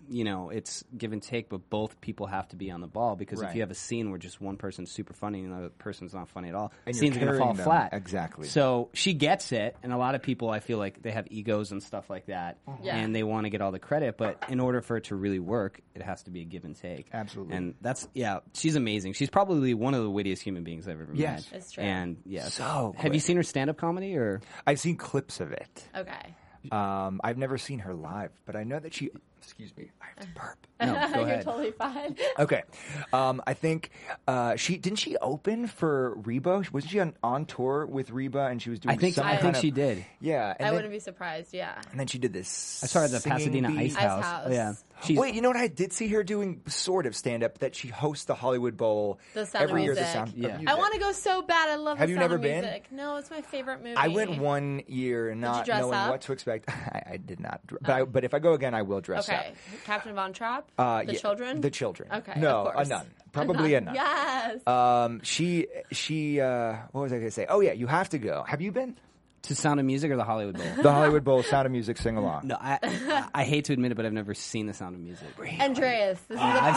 S3: you know it's give and take, but both people have to be on the ball because if
S4: Right.
S3: you have a scene where just one person's super funny and the other person's not funny at all,
S4: And you're
S3: scene's gonna fall
S4: carrying them.
S3: flat.
S4: Exactly.
S3: So she gets it, and a lot of people, I feel like they have egos and stuff like that,
S2: Yeah.
S3: and they want to get all the credit. But in order for it to really work, it has to be a give and take.
S4: Absolutely.
S3: And that's yeah, she's amazing. She's probably one of the wittiest human beings I've ever
S4: Yes.
S3: met.
S2: It's true.
S3: And yeah,
S4: So
S3: have you
S4: quick.
S3: seen her stand up comedy or?
S4: I've seen clips of it.
S2: okay.
S4: Um, I've never seen her live, but I know that she. Excuse me, I have to burp.
S3: No, go
S2: You're
S3: ahead.
S2: totally fine.
S4: Okay, um, I think uh, she didn't she open for Reba? Wasn't she on, on tour with Reba and she was doing?
S3: I think
S4: some
S3: I
S4: kind
S3: think
S4: of-
S3: she did.
S4: Yeah, and
S2: I
S4: then,
S2: wouldn't be surprised. Yeah.
S4: And then she did this.
S3: I saw her at the Pasadena
S2: Ice
S3: Ice House.
S2: House.
S3: Yeah, she's
S4: Wait, you know what? I did see her doing sort of stand up. That she hosts the Hollywood Bowl
S2: The Sound of
S4: every year. The
S2: Music.
S4: sound. of
S3: Yeah. I
S4: music.
S2: I want to go so bad. I love.
S4: Have
S2: the
S4: you
S2: Sound of
S4: never been?
S2: Music. No, it's my favorite movie.
S4: I went one year not
S2: dress
S4: knowing
S2: up?
S4: what to expect. I, I did not, dr- but, I, but if I go again, I will dress
S2: Okay,
S4: up.
S2: Captain Von Trapp.
S4: Uh,
S2: the
S4: yeah,
S2: children.
S4: The children.
S2: Okay,
S4: No,
S2: of course.
S4: a nun. Probably a nun.
S2: Yes.
S4: Um, she, she, uh, what was I going to say? Oh yeah, you have to go. Have you been?
S3: to Sound of Music or the Hollywood Bowl.
S4: The Hollywood Bowl Sound of Music sing along.
S3: No, I, I I hate to admit it, but I've never seen the Sound of Music.
S2: Andreas, this is a
S3: I've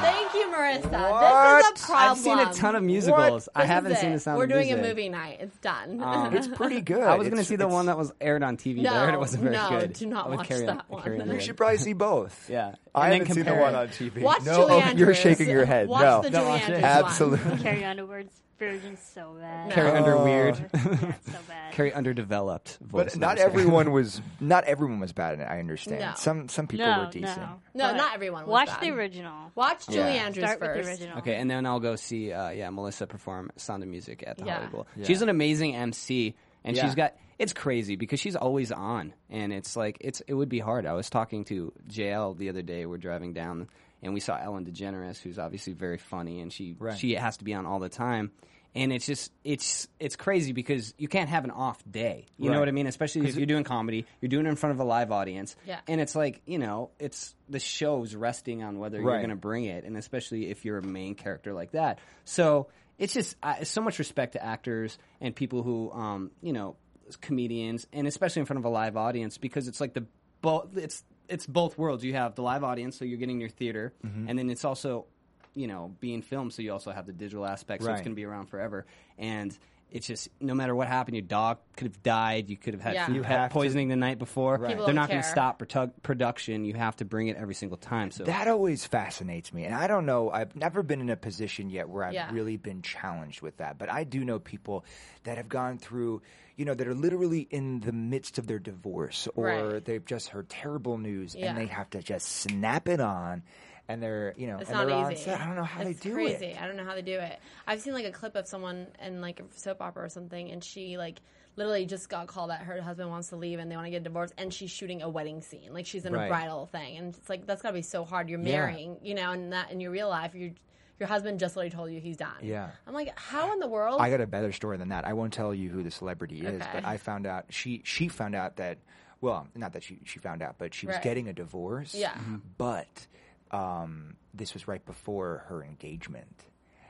S2: problem. Thank you, Marissa.
S4: uh, What?
S2: This is a problem.
S3: I've seen a ton of musicals. I
S2: This is
S3: haven't seen
S2: it.
S3: the Sound
S2: We're
S3: of
S2: doing
S3: Music.
S2: a movie night. It's done.
S4: Um, It's pretty good.
S3: I was going to
S4: It's-
S3: see the
S4: it's-
S3: one that was aired on TV. but
S2: No,
S3: I heard it wasn't very
S2: no,
S3: good.
S2: do not
S3: I would
S2: watch
S3: carry on-
S2: that
S3: I carry
S2: one.
S3: on the
S4: You
S3: lid.
S4: should probably see both.
S3: Yeah.
S4: I
S3: And then
S4: haven't seen the
S3: compare
S4: one
S3: it.
S4: on TV.
S2: Watch
S4: no,
S2: Julie
S4: oh,
S2: Andrews.
S4: you're shaking your head.
S2: Watch
S4: no,
S2: the
S3: Don't
S2: Julie
S3: watch it.
S2: Andrews one.
S4: absolutely.
S5: Carrie Underwood's version's so bad.
S3: Carry under weird.
S2: Oh.
S5: Yeah, it's so bad.
S3: Carry underdeveloped voice.
S4: But not
S3: notes.
S4: everyone was not everyone was bad in it. I understand.
S2: No.
S4: Some some people
S5: no,
S4: were decent.
S5: no,
S2: No,
S5: But
S2: not everyone was
S5: Watch
S2: bad.
S5: the original.
S2: Watch Julie
S4: Yeah.
S2: Andrews
S5: Start
S2: first.
S5: with the original.
S3: Okay, and then I'll go see uh, yeah Melissa perform Sound of Music at the
S2: Yeah.
S3: Hollywood Bowl. She's an amazing MC, and
S4: Yeah.
S3: she's got it's crazy because she's always on, and it's like it's it would be hard. I was talking to JL the other day. We're driving down, and we saw Ellen DeGeneres, who's obviously very funny, and she she has to be on all the time. And it's just it's it's crazy because you can't have an off day. You know
S4: Right.
S3: what I mean? Especially if you're doing comedy, you're doing it in front of a live audience.
S2: Yeah.
S3: And it's like you know, it's the show's resting on whether you're
S4: Right.
S3: going to bring it, and especially if you're a main character like that. So it's just I so much respect to actors and people who, um, you know, comedians, and especially in front of a live audience because it's like the both it's it's both worlds. You have the live audience, so you're getting your theater,
S4: Mm-hmm.
S3: and then it's also you know being filmed, so you also have the digital aspect. So it's
S4: Right.
S3: going to be around forever, and. It's just no matter what happened, your dog could have died. You could have had
S2: Yeah.
S3: food
S2: You
S3: pet
S4: have to-
S3: poisoning the night before.
S2: People
S3: They're
S2: don't
S3: not going to
S2: care.
S3: stop produ- production, you have to bring it every single time. So
S4: That always fascinates me. And I don't know, I've never been in a position yet where I've
S2: Yeah.
S4: really been challenged with that. But I do know people that have gone through, you know, that are literally in the midst of their divorce or
S2: Right.
S4: they've just heard terrible news
S2: Yeah.
S4: and they have to just snap it on and they're, you know,
S2: It's
S4: and
S2: not
S4: they're on
S2: easy.
S4: set. I don't know how
S2: it's
S4: they do
S2: crazy.
S4: it.
S2: I don't know how they do it. I've seen like a clip of someone in like a soap opera or something, and she like literally just got called that her husband wants to leave and they want to get divorced, and she's shooting a wedding scene. Like she's in a
S4: Right.
S2: bridal thing, and it's like that's gotta be so hard. You're marrying, you know, and that in your real life, you your husband just literally told you he's done.
S4: Yeah.
S2: I'm like, how in the world?
S4: I got a better story than that. I won't tell you who the celebrity is,
S2: Okay.
S4: but I found out she she found out that well, not that she she found out, but she was
S2: Right.
S4: getting a divorce.
S2: Yeah.
S3: Mm-hmm.
S2: Mhm.
S4: But um, this was right before her engagement.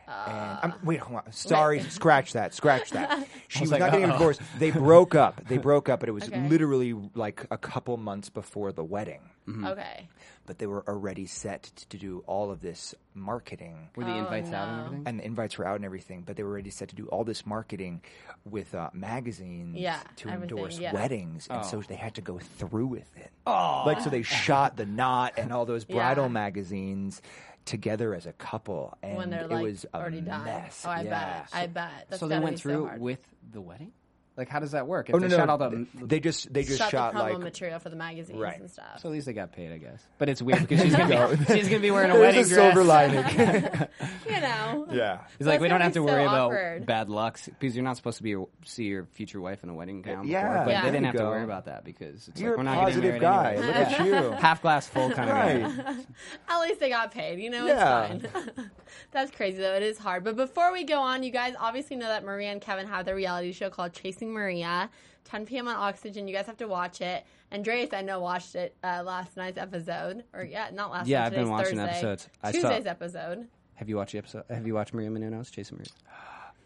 S4: And
S2: Ah.
S4: I'm, wait, hold on. Sorry, scratch that. Scratch that. She was,
S3: like,
S4: not getting a
S3: uh-oh.
S4: divorce. They broke up. They broke up, but it was
S2: Okay.
S4: literally like a couple months before the wedding.
S3: Mm.
S2: okay.
S4: But they were already set t- to do all of this marketing
S3: were
S2: Oh,
S3: the invites out and everything?
S4: and the invites were out and everything, but they were already set to do all this marketing with uh, magazines
S2: Yeah,
S4: to
S2: everything,
S4: endorse
S2: yeah.
S4: weddings, and
S3: Oh.
S4: so they had to go through with it. Oh. Like so, they shot the knot and all those bridal
S2: Yeah.
S4: magazines together as a couple, and
S2: When they're
S4: it
S2: like
S4: was a
S2: already done.
S4: mess.
S2: Oh, I
S4: Yeah.
S2: bet. I bet. That's
S3: so they
S2: gotta
S3: went
S2: be
S3: through
S2: so hard.
S3: with the wedding. Like, how does that work? If
S4: Oh no,
S3: they
S4: no,
S3: shot all
S4: th-
S3: the,
S4: they just they just
S2: shot,
S4: shot,
S2: the promo
S4: like
S2: material for the magazines
S4: Right.
S2: and stuff.
S3: so at least they got paid, I guess. But it's weird because she's gonna be, she's gonna be wearing a
S4: there's
S3: wedding
S4: a silver
S3: dress.
S4: lining.
S2: you know.
S4: yeah.
S2: That's
S3: It's like we don't
S2: gonna
S3: have
S2: be
S3: to
S2: so
S3: worry
S2: awkward.
S3: about bad luck because you're not supposed to be see your future wife in a wedding gown.
S4: Yeah,
S3: before, but
S2: Yeah.
S3: they didn't
S4: there
S3: have
S4: you
S3: to
S4: go.
S3: worry about that because it's
S4: You're
S3: like, we're
S4: a
S3: not
S4: positive
S3: getting
S4: guy.
S3: married anyway.
S4: Look at you.
S3: Half glass full kind of guy.
S4: Right.
S2: At least they got paid, you know?
S4: Yeah.
S2: It's fine. That's crazy, though. It is hard. But before we go on, you guys obviously know that Maria and Kevin have their reality show called Chasing Maria, 10 p.m. on Oxygen. You guys have to watch it. Andreas, I know, watched it uh, last night's episode. Or, yeah, not last
S3: Yeah,
S2: night,
S3: I've been
S2: today's
S3: watching
S2: Thursday.
S3: episodes. I saw-
S2: Tuesday's episode.
S3: Have you watched the episode? Have you watched Maria Menounos, Jason Maria?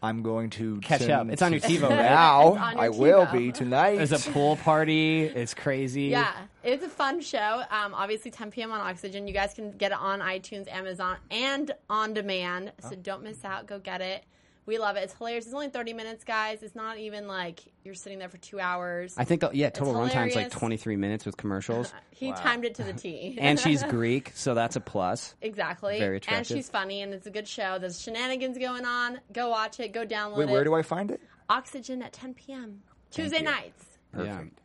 S4: I'm going to
S3: Catch
S4: tune-
S3: up. It's on your TiVo, right?
S4: now.
S2: It's on your
S4: I will
S2: TiVo.
S4: be tonight.
S3: There's a pool party. It's crazy.
S2: Yeah, it's a fun show. Um, obviously, 10 p.m. on Oxygen. You guys can get it on iTunes, Amazon, and on demand. So
S3: Oh.
S2: don't miss out. Go get it. We love it. It's hilarious. It's only 30 minutes, guys. It's not even like you're sitting there for two hours.
S3: I think the, yeah, total runtime's like
S2: hilarious.
S3: 23 minutes with commercials.
S2: he timed it to the T.
S3: and she's Greek, so that's a plus.
S2: exactly.
S3: very
S2: and
S3: attractive.
S2: she's funny, and it's a good show. There's shenanigans going on. Go watch it. Go download
S4: Wait,
S2: it.
S4: where do I find it?
S2: Oxygen at 10 p.m. Tuesday nights.
S3: Perfect.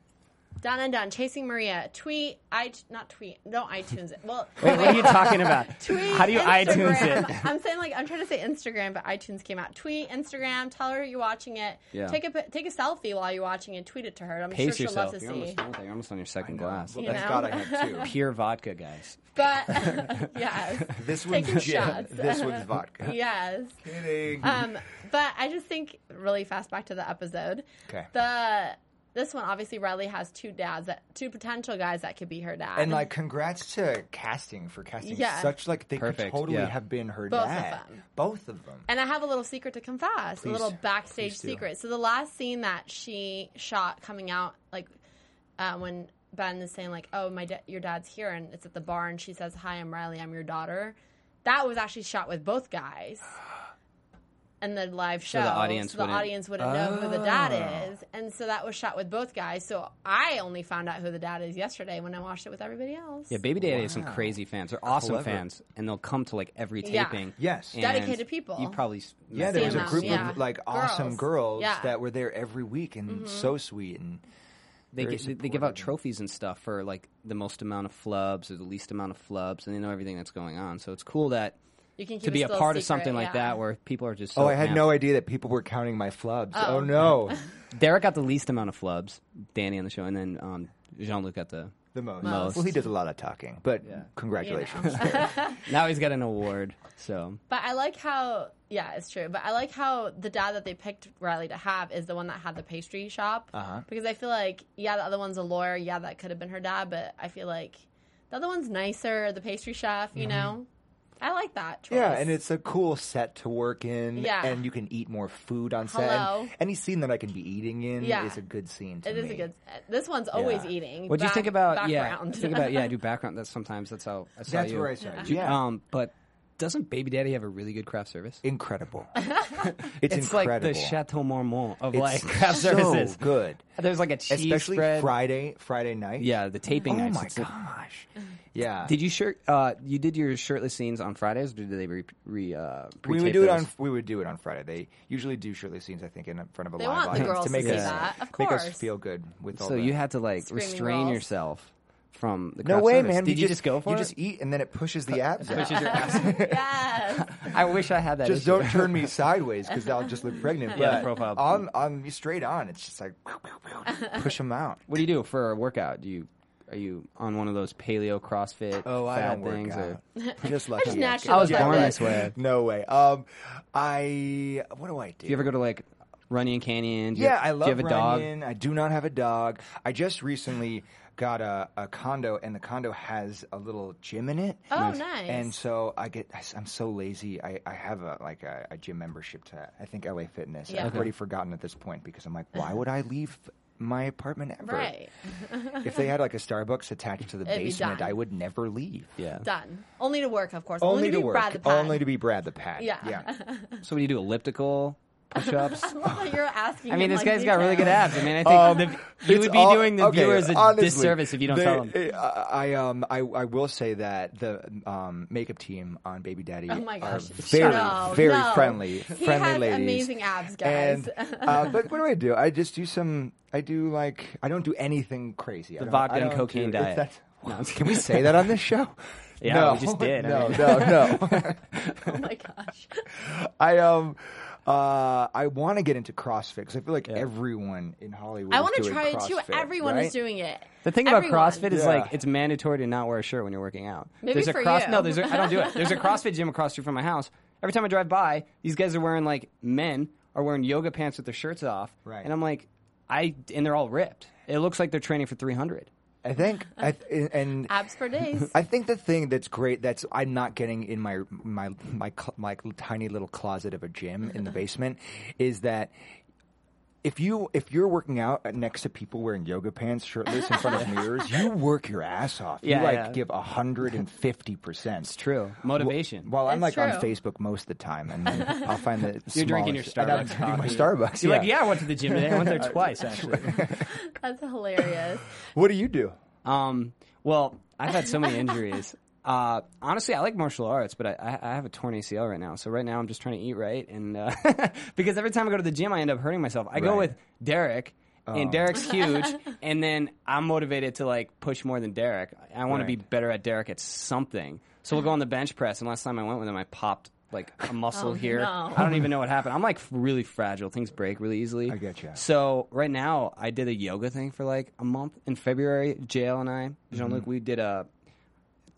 S2: Done and done. Chasing Maria. Tweet. I not tweet. No iTunes. it. Well,
S3: Wait, what are you talking about? How do you iTunes
S2: Instagram.
S3: it?
S2: I'm saying like I'm trying to say Instagram, but iTunes came out. Tweet Instagram. Tell her you're watching it.
S3: Yeah.
S2: Take a take a selfie while you're watching it. Tweet it to her. I'm
S3: Pace
S2: sure she'll
S3: yourself.
S2: love to
S3: You're
S2: see.
S3: almost, you're almost on your second glass.
S4: Well,
S2: You
S4: that's
S2: know?
S4: got to have two.
S3: Pure vodka, guys.
S2: But yes,
S4: This one's
S2: Taking
S4: gin.
S2: shots.
S4: This one's vodka.
S2: yes.
S4: Kidding.
S2: Um, but I just think really fast back to the episode.
S4: 'Kay.
S2: The this one obviously Riley has two dads that two potential guys that could be her dad.
S4: and like, congrats to casting for casting
S2: Yeah.
S4: such like they
S3: Perfect,
S4: could totally
S3: yeah.
S4: have been her
S2: Both of
S4: dad.
S2: them.
S4: Both of them.
S2: And I have a little secret to confess, a
S4: Please,
S2: little backstage
S4: please do.
S2: secret. So the last scene that she shot coming out, like uh, when Ben is saying like, "Oh, my da- your dad's here," and it's at the bar, and she says, "Hi, I'm Riley. I'm your daughter." That was actually shot with both guys. And the live show,
S3: the audience
S2: so the
S3: wouldn't- Oh.
S2: audience wouldn't know who the dad is, and so that was shot with both guys. So I only found out who the dad is yesterday when I watched it with everybody else.
S3: Yeah, Baby Daddy is some crazy fans. They're awesome
S4: Clever.
S3: fans, and they'll come to like every
S2: Yeah.
S3: taping.
S4: Yes.
S3: and
S2: Dedicated people.
S3: You probably s-
S4: yeah, there was a
S2: Same
S4: group
S2: amount,
S4: of
S2: yeah.
S4: like awesome
S2: Girls.
S4: girls
S2: Yeah. Mm-hmm.
S4: that were there every week and so sweet and
S3: they
S4: very
S3: get, they- they give out
S4: supportive.
S3: trophies and stuff for like the most amount of flubs or the least amount of flubs, and they know everything that's going on. So it's cool that
S2: you can keep
S3: to be
S2: it
S3: a
S2: still
S3: part of
S2: secret,
S3: something like
S2: yeah.
S3: that where people are just. So
S4: Oh, I had
S3: amped.
S4: no idea that people were counting my flubs. Oh, no.
S3: Derek got the least amount of flubs, Danny on the show, and then um, Jean Luc got the
S4: The most.
S3: Most.
S4: Well, he does a lot of talking, but congratulations.
S3: Now he's got an award. So
S2: But I like how, yeah, it's true. But I like how the dad that they picked Riley to have is the one that had the pastry shop. Uh-huh. Because I feel like, yeah, the other one's a lawyer. Yeah, that could have been her dad. But I feel like the other one's nicer, the pastry chef,
S3: Mm-hmm.
S2: you know? I like that choice.
S4: Yeah, and it's a cool set to work in.
S2: Yeah.
S4: And you can eat more food on set.
S2: Hello.
S4: And any scene that I can be eating in
S2: Yeah.
S4: is a good scene to
S2: It is
S4: me.
S2: a good. This one's always
S4: Yeah.
S2: eating.
S3: What do you
S2: Back-
S3: think about
S2: background?
S3: yeah? Think about yeah. I do background. That's sometimes that's how I saw
S4: That's
S3: you.
S4: where I saw you.
S3: Do-
S4: Yeah.
S3: Um, but doesn't Baby Daddy have a really good craft service?
S4: Incredible. it's,
S3: it's
S4: incredible.
S3: like the Chateau Marmont of
S4: It's
S3: like craft
S4: so
S3: services.
S4: good.
S3: There's like a cheese
S4: Especially
S3: spread.
S4: Friday, Friday night.
S3: Yeah, the taping.
S4: Oh
S3: nights,
S4: my
S3: it's like-
S4: gosh. Yeah.
S3: Did you shirt? Uh, you did your shirtless scenes on Fridays, or did they re? re uh,
S4: we would
S3: pre-tape
S4: do it
S3: those?
S4: on we would do it on Friday. They usually do shirtless scenes, I think, in front of a
S2: They
S4: live
S2: want the
S4: audience
S2: girls
S4: to
S2: to
S4: make
S2: see
S4: us
S2: that, of
S4: make us
S2: course.
S4: feel good with all.
S3: So
S4: the,
S3: you had to like
S2: Screaming
S3: restrain
S2: balls.
S3: yourself from the
S4: no
S3: craft
S4: way,
S3: service.
S4: man.
S3: Did
S4: you,
S3: you, just go for
S4: you
S3: it?
S4: just eat and then it pushes the abs. out.
S3: Which is your-
S2: Yes.
S3: I wish I had that.
S4: just
S3: issue.
S4: don't turn me sideways because I'll just look pregnant.
S3: Yeah,
S4: but
S3: profile.
S4: on on straight on. It's just like push them out.
S3: What do you do for a workout? Do you are you on one of those paleo CrossFit?
S4: Oh, I
S3: fad
S4: don't work
S3: things,
S4: out.
S3: or-
S4: Just lucky.
S2: just naturally
S3: I was
S2: Yeah.
S3: born
S2: Yeah.
S3: this way.
S4: No way. Um, I what do I do?
S3: Do you ever go to like Runyon Canyon? Do you
S4: Yeah,
S3: have-
S4: I love
S3: Do you have a dog?
S4: Runyon. I do not have a dog. I just recently got a, a condo, and the condo has a little gym in it.
S2: Oh, Nice. nice.
S4: And so I get, I, am so lazy. I, I have a like a, a gym membership to, I think LA Fitness.
S2: Yeah.
S4: I've
S2: Okay.
S4: already forgotten at this point because I'm like, why would I leave? My apartment ever.
S2: Right.
S4: If they had like a Starbucks attached to the
S2: It'd be
S4: basement,
S2: done.
S4: I would never leave.
S3: Yeah.
S2: Done. Only to work, of course.
S4: Only, to
S2: be
S4: work.
S2: Brad the Pat.
S4: only to be Brad the Pat.
S2: Yeah.
S4: Yeah.
S3: So what do you do? Elliptical, push-ups.
S2: You're asking.
S3: I mean,
S2: him,
S3: this
S2: like,
S3: guy's got really good
S2: details.
S3: abs. I mean, I think the, you
S4: Um, It's
S3: would be
S4: all-
S3: doing the
S4: okay,
S3: viewers a
S4: honestly,
S3: disservice if you don't
S4: they-
S3: tell them.
S4: eh, I I, um I, I will say that the um, makeup team on Baby Daddy
S2: Oh my
S4: are
S2: gosh.
S4: very
S2: No,
S4: very
S2: no.
S4: friendly
S2: He
S4: friendly
S2: has
S4: ladies
S2: amazing abs, guys.
S4: and uh, but what do I do I just do some I do like I don't do anything crazy the
S3: vodka and cocaine diet.
S4: can we say that on this show?
S3: Yeah,
S4: no,
S3: we just did. I
S4: No,
S3: mean-
S4: no, no.
S2: Oh my gosh.
S4: I um, uh, I want to get into CrossFit because I feel like everyone in Hollywood.
S2: I
S4: want to
S2: try it too. Everyone
S4: right?
S2: is doing it.
S3: The thing about
S2: Everyone.
S3: CrossFit is
S4: Yeah.
S3: like it's mandatory to not wear a shirt when you're working out.
S2: Maybe
S3: there's a
S2: for
S3: cross
S2: you.
S3: no, there's a, I don't do it. There's a CrossFit gym across the street from my house. Every time I drive by, these guys are wearing like men are wearing yoga pants with their shirts off,
S4: Right.
S3: and I'm like, I and they're all ripped. It looks like they're training for 300.
S4: I think, I th- and
S2: abs for days.
S4: I think the thing that's great that's I'm not getting in my my my cl- my tiny little closet of a gym in the
S2: Mm-hmm.
S4: basement is that if you if you're working out next to people wearing yoga pants, shirtless in front of mirrors, you work your ass off.
S3: Yeah,
S4: you like
S3: yeah.
S4: give hundred and fifty percent. It's
S3: True motivation.
S4: Well, I'm like
S2: It's
S4: on
S2: true.
S4: Facebook most of the time, and then I'll find the
S3: you're drinking your
S4: smallest- and I'm
S3: Starbucks.
S4: drinking my
S3: coffee.
S4: Starbucks.
S3: You're like, yeah, I went to the gym today. I went there twice actually.
S2: That's hilarious.
S4: What do you do?
S3: Um, well, I've had so many injuries. Uh, honestly, I like martial arts, but I, I I have a torn ACL right now. So right now, I'm just trying to eat right, and uh, because every time I go to the gym, I end up hurting myself. I go
S4: Right. Oh.
S3: with Derek, and Derek's huge, and then I'm motivated to like push more than Derek. I want to be
S4: Right.
S3: better at Derek at something. So we'll go on the bench press. And last time I went with him, I popped like a muscle
S2: Oh,
S3: here.
S2: no.
S3: I don't even know what happened. I'm like f- really fragile. Things break really easily. I
S4: getcha.
S3: So right now, I did a yoga thing for like a month in February. JL and I, Jean
S4: Mm-hmm.
S3: Luc, we did a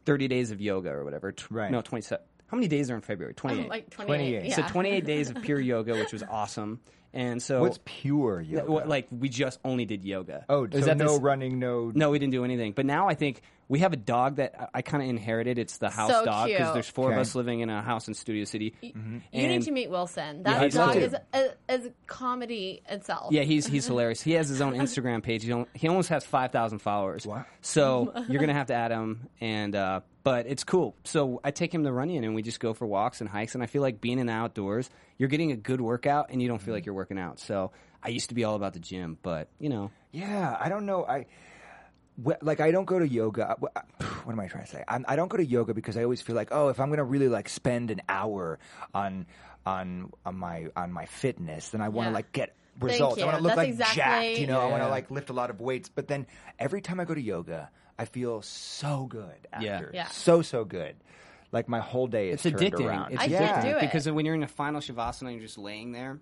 S3: 30 days of yoga or whatever. Tw-
S4: Right.
S3: No, 27. How many days are in February? 28.
S2: like 28.
S4: 28.
S2: Yeah.
S3: So 28 days of pure yoga, which was awesome. And so,
S4: What's pure yoga?
S3: what, like, we just only did yoga.
S4: oh,
S3: It was
S4: so
S3: at
S4: no
S3: this-
S4: running, no
S3: no, we didn't do anything. But now I think we have a dog that I, I kind of inherited. It's the house
S2: So
S3: dog
S2: cute.
S3: there's four
S4: Okay. Mm-hmm.
S3: of us living in a house in Studio City.
S2: You need
S3: And-
S2: to meet Wilson.
S3: Yeah,
S2: That
S3: I'd love
S2: dog
S3: to.
S2: is a, is a comedy itself.
S3: Yeah, he's he's hilarious. He has his own Instagram page. He, don't, he almost has five thousand followers.
S4: Wow.
S3: So you're gonna have to add him. And uh, but it's cool. So I take him to Runyon, and we just go for walks and hikes. And I feel like being in the outdoors, you're getting a good workout, and you don't
S4: Mm-hmm.
S3: feel like you're working out. So I used to be all about the gym, but you know,
S4: Yeah, I don't know. I wh- like I don't go to yoga. Wh- What am I trying to say? I'm, I don't go to yoga because I always feel like, oh, if I'm going to really like spend an hour on on on my on my fitness, then I want to
S2: Yeah.
S4: like get results. I
S2: you.
S4: want to look
S2: That's
S4: like jacked.
S2: exactly-
S4: You know, I want to
S3: Yeah.
S4: like lift a lot of weights. But then every time I go to yoga, I feel so good after.
S3: Yeah.
S2: Yeah.
S4: So so good. Like my whole day is
S3: it's
S4: turned
S3: addicting.
S4: around.
S3: It's
S2: I
S3: addicting
S2: can't do it.
S3: because when you're in a final shavasana, and you're just laying there.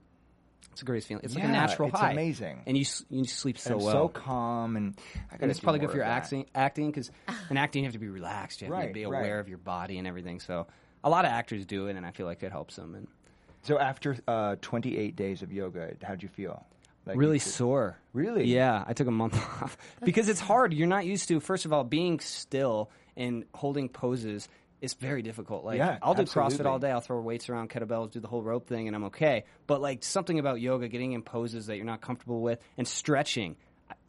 S3: It's the greatest feeling. It's like
S4: Yeah,
S3: a natural
S4: it's
S3: high.
S4: amazing.
S3: And you s- you sleep so
S4: I'm
S3: well.
S4: so calm, and I got
S3: And it's probably good for your acting, acting because in acting you have to be relaxed. You have
S4: Right,
S3: to be
S4: right.
S3: aware of your body and everything. So a lot of actors do it, and I feel like it helps them. And
S4: So after uh, 28 days of yoga, how'd you feel? Like,
S3: really
S4: you-
S3: sore.
S4: Really?
S3: Yeah, I took a month off because it's hard. You're not used to first of all being still and holding poses. It's very difficult. Like
S4: Yeah,
S3: I'll do
S4: absolutely.
S3: CrossFit all day. I'll throw weights around, kettlebells, do the whole rope thing, and I'm okay. But like something about yoga, getting in poses that you're not comfortable with, and stretching.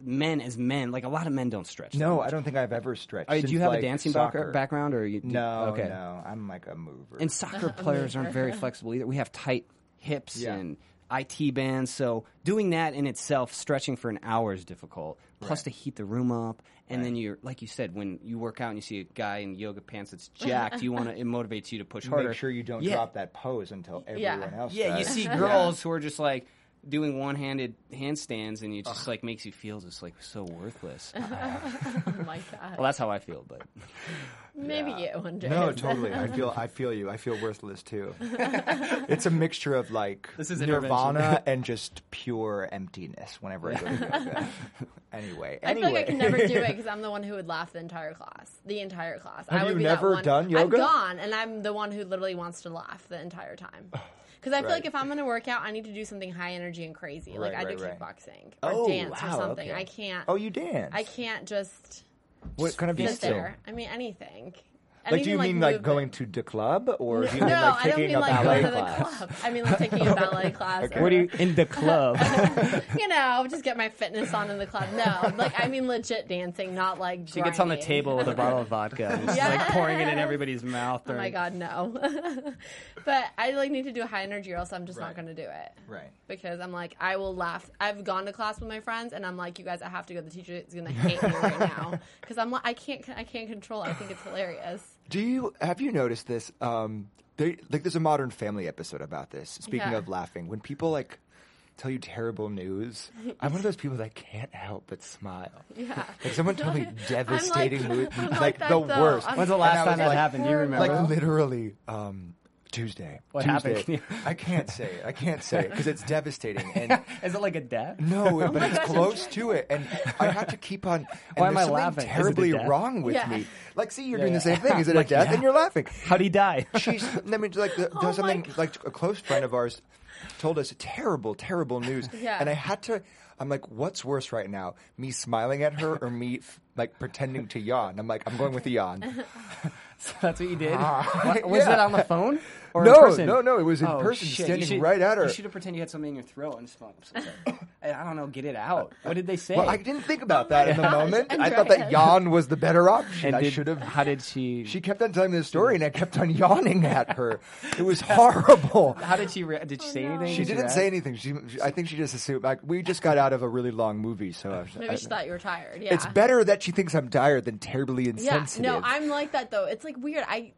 S3: Men as men, like a lot of men don't stretch. that
S4: No,
S3: much.
S4: I don't think I've ever stretched.
S3: Uh,
S4: since,
S3: do you have
S4: like,
S3: a dancing back-
S4: soccer.
S3: background, or you? do-
S4: No,
S3: okay.
S4: no, I'm like a mover.
S3: And soccer players aren't very flexible either. We have tight hips
S4: Yeah.
S3: and IT bands, so doing that in itself, stretching for an hour is difficult. Plus,
S4: Right.
S3: to heat the room up, and then you're like you said, when you work out and you see a guy in yoga pants that's jacked, you want to it motivates you to push harder.
S4: Make sure you don't
S3: Yeah.
S4: drop that pose until
S2: Yeah.
S4: everyone else.
S3: Yeah, you
S4: does.
S3: see girls who are just like doing one-handed handstands, and it just like makes you feel just like so worthless. well,
S2: Oh my god.
S3: that's how I feel, but.
S2: Maybe get one day.
S4: No, totally. I feel I feel you. I feel worthless too. it's a mixture of like
S3: This is intervention.
S4: nirvana and just pure emptiness whenever I go to yoga. Anyway,
S2: I feel
S4: anyway.
S2: like I could never do it because I'm the one who would laugh the entire class. The entire class. I
S4: Have
S2: would
S4: you
S2: be that
S4: never
S2: one-
S4: done yoga?
S2: I've gone, and I'm the one who literally wants to laugh the entire time. Because I feel
S4: Right.
S2: like if I'm going to work out, I need to do something high energy and crazy. like
S4: Right,
S2: I do
S4: right, right.
S2: kickboxing or
S4: Oh,
S2: dance
S4: wow,
S2: or something.
S4: okay.
S2: I can't.
S4: Oh, you dance.
S2: I can't just
S4: What kind of
S2: sit
S4: dance?
S2: there. I mean, anything.
S4: Like, do you
S2: Anything
S4: mean like
S2: movement.
S4: going to the club, or do you mean
S2: No,
S4: like
S2: I don't
S4: taking
S2: mean
S4: a
S2: like
S4: ballet
S2: going to the
S4: class?
S2: club. I mean like taking a ballet class. or-
S3: What do you in the club?
S2: you know, just get my fitness on in the club. No, like I mean legit dancing, not like.
S3: she gets on the
S2: grinding.
S3: table with a bottle of vodka and she's like pouring it in everybody's mouth.
S2: Oh my
S3: during-
S2: god, no! but I like need to do high energy, or else I'm just
S4: Right.
S2: not going to do it.
S4: Right.
S2: Because I'm like, I will laugh. I've gone to class with my friends, and I'm like, you guys, I have to go. The teacher is going to hate me right now because I'm like, I can't, I can't control. it. I think it's hilarious.
S4: Do you have you noticed this? Um, they, like, there's a Modern Family episode about this. Speaking
S2: Yeah.
S4: of laughing, when people like tell you terrible news, I'm one of those people that can't help but smile. Yeah. Like someone told me devastating news,
S2: I'm like
S4: like,
S2: that,
S4: the
S2: though.
S4: worst.
S2: I'm-
S3: When's the
S4: And
S3: last
S4: I
S3: time
S4: was
S3: that
S4: like-
S3: happened? Do you remember?
S4: Like literally um, Tuesday.
S3: What
S4: Tuesday.
S3: happened? Can you-
S4: I can't say it. I can't say it because it's devastating. And
S3: Is it like a death?
S4: No, it- but it's close to it, and I have to keep on. And
S3: Why am
S4: there's
S3: I
S4: something
S3: laughing? Is it a
S4: Terribly
S3: death?
S4: wrong with
S2: Yeah.
S4: me. Like, see, you're
S3: Yeah,
S4: doing the
S3: yeah.
S4: same thing. Is it
S3: Like,
S4: a death? And
S3: yeah.
S4: you're laughing.
S3: How'd he die?
S4: She's. I mean, like the,
S2: Oh my
S4: there's something
S2: God.
S4: like a close friend of ours told us terrible, terrible news,
S2: Yeah.
S4: and I had to. I'm like, what's worse right now? Me smiling at her or me f- like pretending to yawn? I'm like, I'm going with the yawn.
S3: That's what you did.
S4: Ah.
S3: What- was
S4: Yeah.
S3: that on the phone or
S4: No,
S3: in person?
S4: no, no, it was in
S3: Oh,
S4: person,
S3: shit. You
S4: standing
S3: should-
S4: right at her.
S3: You should have pretended you had something in your throat and just been like, "I'm so sorry." I I don't know. Get it out. What did they say?
S4: Well, I didn't think
S2: Oh
S4: about that in the moment. I thought that
S2: Andrea.
S4: yawn was the better option.
S3: and
S4: I
S3: did-
S4: should have.
S3: How did she?
S4: She kept on telling me the story, and I kept on yawning at her. It was horrible.
S3: How did she? Re-
S2: Oh,
S3: did she say anything?
S4: She
S3: Did
S4: didn't
S3: react?
S4: say anything. She, she- I think she just assumed. Like, we just got out of a really long movie, so I,
S2: Maybe
S4: I-
S2: she thought you were tired. Yeah.
S4: it's better that she thinks I'm tired than terribly
S2: Yeah,
S4: insensitive.
S2: no, I'm like that though. It's like weird. I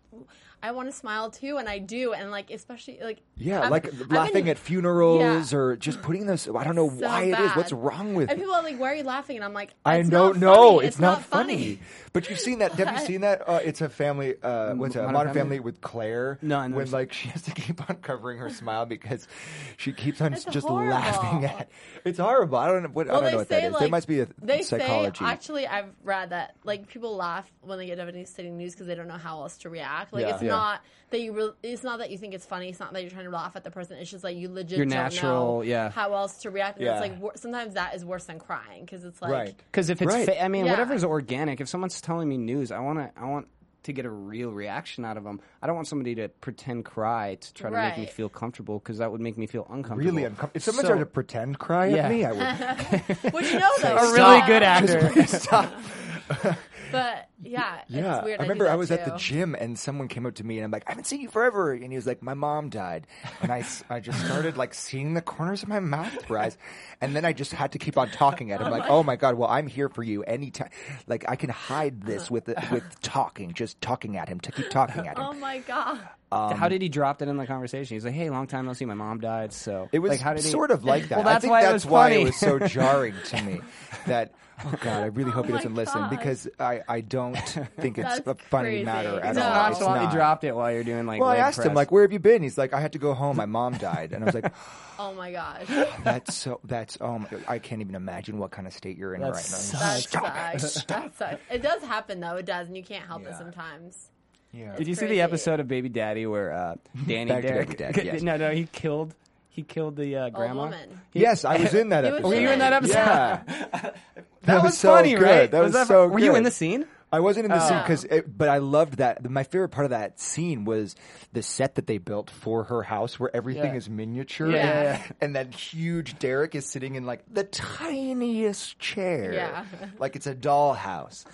S2: I want to smile too, and I do, and like especially like
S4: Yeah,
S2: I'm-
S4: like
S2: I've been-
S4: laughing at funerals
S2: Yeah.
S4: or just putting those. I don't know
S2: so
S4: why it is. What's
S2: bad.
S4: wrong with?
S2: And people are like, "Why are you laughing?" And I'm like,
S4: I
S2: "It's
S4: don't
S2: not
S4: know.
S2: funny.
S4: It's, not, funny. But you've seen that. Have you
S2: What?
S4: seen that? Uh, it's a family. Uh, what's that?
S3: Modern
S4: Modern, Modern
S3: Family?
S4: family? with Claire.
S3: No, I never
S4: when
S3: seen-
S4: like she has to keep on covering her smile because she keeps on
S2: It's
S4: just
S2: horrible.
S4: laughing at. It's horrible. I don't know what. I don't know what that is. there must be a
S2: they
S4: psychology.
S2: Say, actually, I've read that like people laugh when they get devastating news because they don't know how else to react. Like
S4: Yeah.
S2: it's
S4: Yeah.
S2: not that you. Re- it's not that you think it's funny. It's not that you're trying to laugh at the person. It's just like you legit
S3: Your
S2: don't know
S3: natural- yeah.
S2: how else to react. And
S4: Yeah.
S2: it's like wor- sometimes that is worse than crying because it's like
S4: right.
S3: Because if it's,
S4: Right.
S3: fa- I mean,
S2: Yeah.
S3: whatever's organic. If someone's telling me news, I want to, I want to get a real reaction out of them. I don't want somebody to pretend cry to try to make me
S2: Right.
S3: feel comfortable because that would make me feel uncomfortable.
S4: Really uncomfortable. If someone
S3: So-
S4: tried to pretend cry
S3: Yeah.
S4: at me, I would.
S2: Would you know though?
S3: a really
S2: Yeah.
S3: good actor.
S2: But yeah,
S4: Yeah,
S2: it's weird. do
S4: I remember I,
S2: that
S4: was at the
S2: too.
S4: gym and someone came up to me and I'm like, I haven't seen you forever, and he was like, my mom died, and I, s- I just started like seeing the corners of my mouth rise, and then I just had to keep on talking at him like, oh my god, well I'm here for you anytime, like I can hide this with with talking, just talking at him to keep talking at him.
S2: Oh my god!
S4: Um,
S3: how did he drop that in the conversation? He's like, "Hey, long time no see. My mom died, so
S4: It was
S3: like, how did he,
S4: sort of like that.
S3: Well,
S4: I
S3: that's
S4: think
S3: why it
S4: that's
S3: was
S4: why
S3: funny.
S4: it was so jarring to me that oh god, I really hope he
S2: my
S4: doesn't listen
S2: God.
S4: because I, I don't think it's
S2: That's
S4: a funny
S2: crazy.
S4: matter at
S2: No.
S4: all.
S2: Not
S4: It's
S2: so
S3: Nonchalantly
S4: not.
S3: dropped it while you're doing like.
S4: Well, I
S3: leg
S4: asked him
S3: press.
S4: like, "Where have you been?" He's like, "I had to go home. My mom died." And I was like,
S2: Oh my gosh.
S4: "That's so. That's oh, my, I can't even imagine what kind of state you're in
S6: That
S4: right now."
S6: sucks.
S2: That sucks. That sucks. It does happen though. It does, and you can't help it
S4: Yeah.
S2: sometimes.
S4: Yeah.
S6: Did you see
S2: crazy.
S6: the episode of Baby Daddy where uh, Danny
S4: Back to
S6: Derrick?
S4: Baby Daddy, yes.
S6: No, no, he killed. He killed the uh, grandma.
S2: woman.
S6: He-
S4: Yes, I was in that
S2: You was
S4: episode.
S2: in Were you in that that
S6: episode?
S4: Yeah.
S6: that was,
S4: was so
S6: funny,
S4: good.
S6: right?
S4: That was
S6: that
S4: so
S6: Were you
S4: good.
S6: in the scene?
S4: I wasn't in the scene
S2: Oh.
S4: 'cause scene because, but I loved that. My favorite part of that scene was the set that they built for her house, where everything
S6: Yeah.
S4: is miniature,
S6: Yeah, yeah, yeah.
S4: and that huge Derek is sitting in like the tiniest chair,
S2: Yeah.
S4: like it's a dollhouse.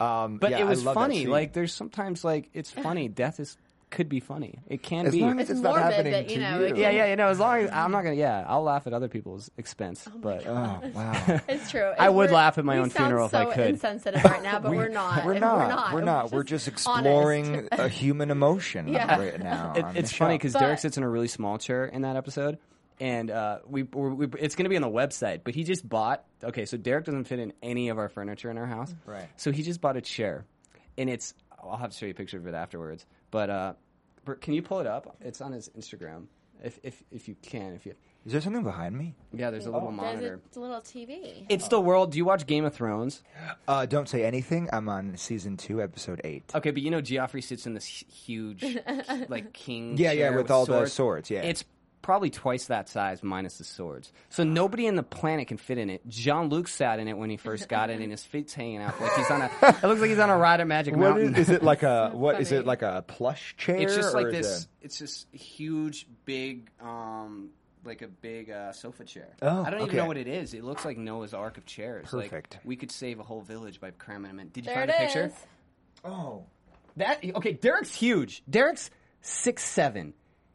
S4: Um,
S3: But
S4: yeah,
S3: it
S4: I
S3: was
S4: love that
S3: funny.
S4: scene.
S3: Like there's sometimes like it's funny. Death is could be funny. It can
S4: as
S3: be.
S4: long as it's,
S2: It's
S4: not
S2: morbid,
S4: happening
S2: but, you
S4: to
S2: know,
S4: you.
S2: it can-
S3: yeah, yeah. You know, as long as I'm not gonna. Yeah, I'll laugh at other people's expense. but
S4: Oh wow.
S2: It's true.
S3: I
S2: And
S3: would
S2: we're-
S3: laugh at my
S2: we
S3: own
S2: sound
S3: funeral if
S2: so
S3: I could.
S2: insensitive right now, but we, are not.
S4: We're not. We're not. We're, just, exploring
S2: honest.
S4: a human emotion
S2: Yeah.
S4: right now.
S3: It,
S4: on
S3: it's
S4: the
S3: funny
S4: show.
S3: because Derek
S2: But-
S3: sits in a really small chair in that episode, and uh, we, we're, we it's going to be on the website. But he just bought. Okay, so Derek doesn't fit in any of our furniture in our house,
S4: Mm-hmm. Right.
S3: So he just bought a chair, and it's. I'll have to show you a picture of it afterwards. But uh, Bert, can you pull it up? It's on his Instagram. If if if you can, if you
S4: Is there something behind me?
S3: yeah, there's a little
S2: There's
S3: monitor.
S2: a little TV.
S3: It's the world. Do you watch Game of Thrones?
S4: Uh, don't say anything. I'm on season two, episode eight.
S3: Okay, but you know Geoffrey sits in this hu- huge, like king.
S4: Yeah, yeah,
S3: chair
S4: with all the swords, yeah.
S3: it's probably twice that size minus the swords. So nobody in the planet can fit in it. John Luke sat in it when he first got it, and his feet's hanging out like he's on a. It looks like he's on a ride at Magic
S4: What
S3: Mountain.
S4: is, is it like a What is it
S2: funny.
S4: like a plush chair?
S3: it's just like
S4: or is
S3: this.
S4: it-
S3: It's this huge, big, um, like a big uh, sofa chair.
S4: Oh,
S3: I don't even
S4: okay.
S3: know what it is. It looks like Noah's Ark of chairs. Like,
S4: Perfect.
S3: we could save a whole village by cramming them in. Did
S2: There
S3: you find a
S2: it
S3: picture?
S2: is.
S4: Oh,
S3: That okay? Derek's huge. Derek's six seven.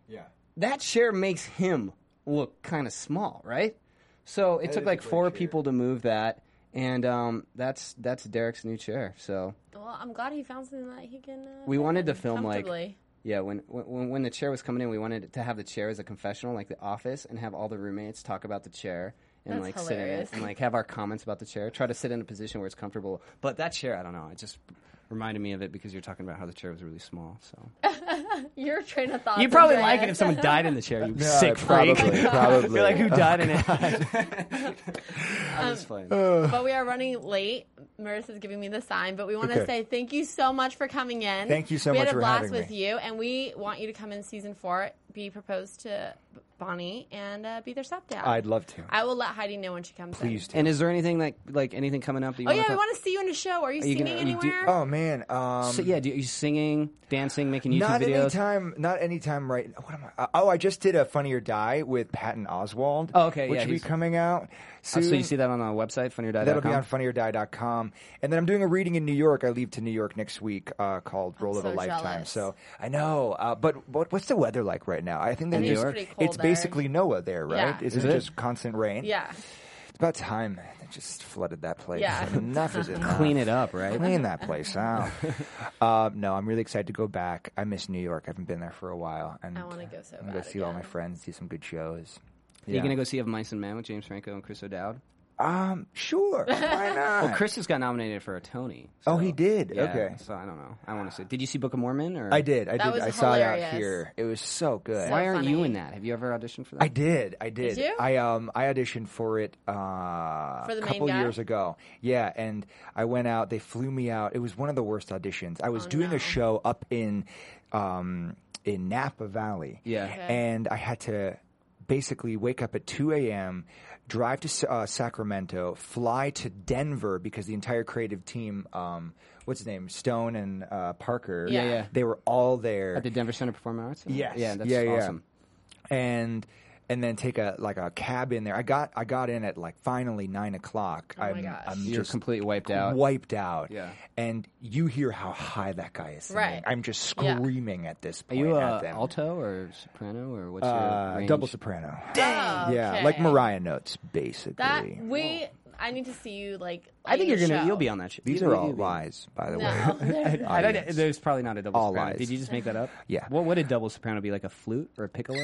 S4: yeah.
S3: that chair makes him look kind of small, right? So it took
S4: is
S3: like
S4: a great
S3: four
S4: chair.
S3: people to move that, and um, that's that's Derek's new chair. So
S2: Well, I'm glad he found something that he can. Uh,
S3: we
S2: fit
S3: wanted to
S2: in
S3: film like
S2: comfortably.
S3: yeah, when when when the chair was coming in, we wanted to have the chair as a confessional, like the office, and have all the roommates talk about the chair.
S2: That's
S3: And like sit in it,
S2: hilarious.
S3: and like have our comments about the chair. Try to sit in a position where it's comfortable. But that chair, I don't know. It just reminded me of it because you're talking about how the chair was really small. So
S2: your train of thought.
S3: you probably like it if someone died in the chair. You sick
S4: probably,
S3: freak.
S4: probably.
S3: You're like, who died in it? Um, I was playing.
S2: But we are running late. Marissa's giving me the sign, but we want to
S4: Okay.
S2: say thank you so much for coming in.
S4: Thank you so
S2: we
S4: much
S2: had
S4: for
S2: a blast
S4: having
S2: with
S4: me.
S2: you, and we want you to come in season four, be proposed to Bonnie, and uh, be their stepdad.
S4: I'd love to.
S2: I will let Heidi know when she comes
S4: Please
S2: in.
S4: do.
S3: and is there anything like like anything coming up that you
S2: Oh
S3: want
S2: yeah,
S3: to
S2: we want to see you in a show. Are you,
S3: you
S2: singing
S3: gonna- you do-
S2: anywhere?
S4: oh man. Um,
S3: So, yeah, do you, you singing, dancing, making YouTube
S4: not
S3: videos? Oh,
S4: anytime. Not anytime. Right. What am I? Oh, I just did a Funny or Die with Patton Oswald.
S3: Oh, okay,
S4: Which
S3: yeah,
S4: will be
S3: he's-
S4: coming out soon.
S3: Uh, so you see that on our website, funnier.com?
S4: That'll be on funnyordie.com. And then I'm doing a reading in New York. I leave to New York next week uh, called Roll of a
S2: so
S4: Lifetime.
S2: jealous.
S4: So I know. Uh, but what, what's the weather like right now? I think that
S2: think
S4: just-
S2: it's pretty cold
S4: it's
S2: there.
S4: basically Noah there, right?
S2: Yeah.
S4: Isn't
S3: Is it?
S4: just constant rain?
S2: yeah.
S4: It's about time. They just flooded that place.
S2: Yeah.
S4: Enough is enough.
S3: Clean it up, right?
S4: Clean that place out. uh, no, I'm really excited to go back. I miss New York. I haven't been there for a while. And
S2: I wanna go so
S4: I'm gonna
S2: bad
S4: see all my
S2: again.
S4: friends, do some good shows.
S3: Are you going to go see Of Mice and Men with James Franco and Chris O'Dowd?
S4: Um, sure. Why not?
S3: Well, Oh, Chris just got nominated for a Tony.
S4: oh,
S3: so-
S4: he did.
S3: Yeah,
S4: Okay.
S3: So I don't know. I want to say, did you see Book of Mormon? Or
S4: I did. I
S2: That
S4: did.
S2: was
S4: I saw it out
S2: hilarious.
S4: here. It was so good.
S3: Why aren't you
S2: funny.
S3: in that? Have you ever auditioned for that?
S4: I did. I did.
S2: you?
S4: I um I auditioned for it uh,
S2: For the
S4: a
S2: main
S4: couple
S2: guy?
S4: years ago. Yeah, and I went out. They flew me out. It was one of the worst auditions. I was doing
S2: Oh, no.
S4: a show up in um in Napa Valley.
S3: Yeah. Okay.
S4: and I had to. Basically, wake up at 2 a.m., drive to S- uh, Sacramento, fly to Denver because the entire creative team, um, what's his name, Stone and uh, Parker,
S2: Yeah, yeah.
S4: they were all there
S3: At the Denver Center Performing Arts? Center?
S4: Yes.
S3: Yeah, that's
S4: Yeah, yeah.
S3: awesome.
S4: and and then take a like a cab in there. I got I got in at like finally nine o'clock. I'm,
S2: Oh gosh.
S4: I'm
S3: You're
S4: just
S3: completely wiped out.
S4: wiped out.
S3: Yeah.
S4: And you hear how high that guy is singing.
S2: Right.
S4: I'm just
S2: Yeah.
S4: screaming at this
S3: Are
S4: point
S3: you
S4: at
S3: uh,
S4: them.
S3: alto or soprano or what's your
S4: uh,
S3: range?
S4: double soprano.
S2: Dang.
S4: Yeah, like Mariah notes basically.
S2: Oh, That we. I need to see you like.
S3: I think
S2: in
S3: you're
S2: a
S3: gonna.
S2: show.
S3: You'll be on that show.
S4: These
S3: You-
S4: are
S3: you-
S4: all
S3: you'll be-
S4: lies, by the
S2: No.
S4: way.
S3: I don't,
S4: Audience.
S3: there's probably not a double
S4: All
S3: soprano.
S4: lies.
S3: Did you just make that up?
S4: Yeah.
S3: What would a double soprano be like? A flute or a piccolo?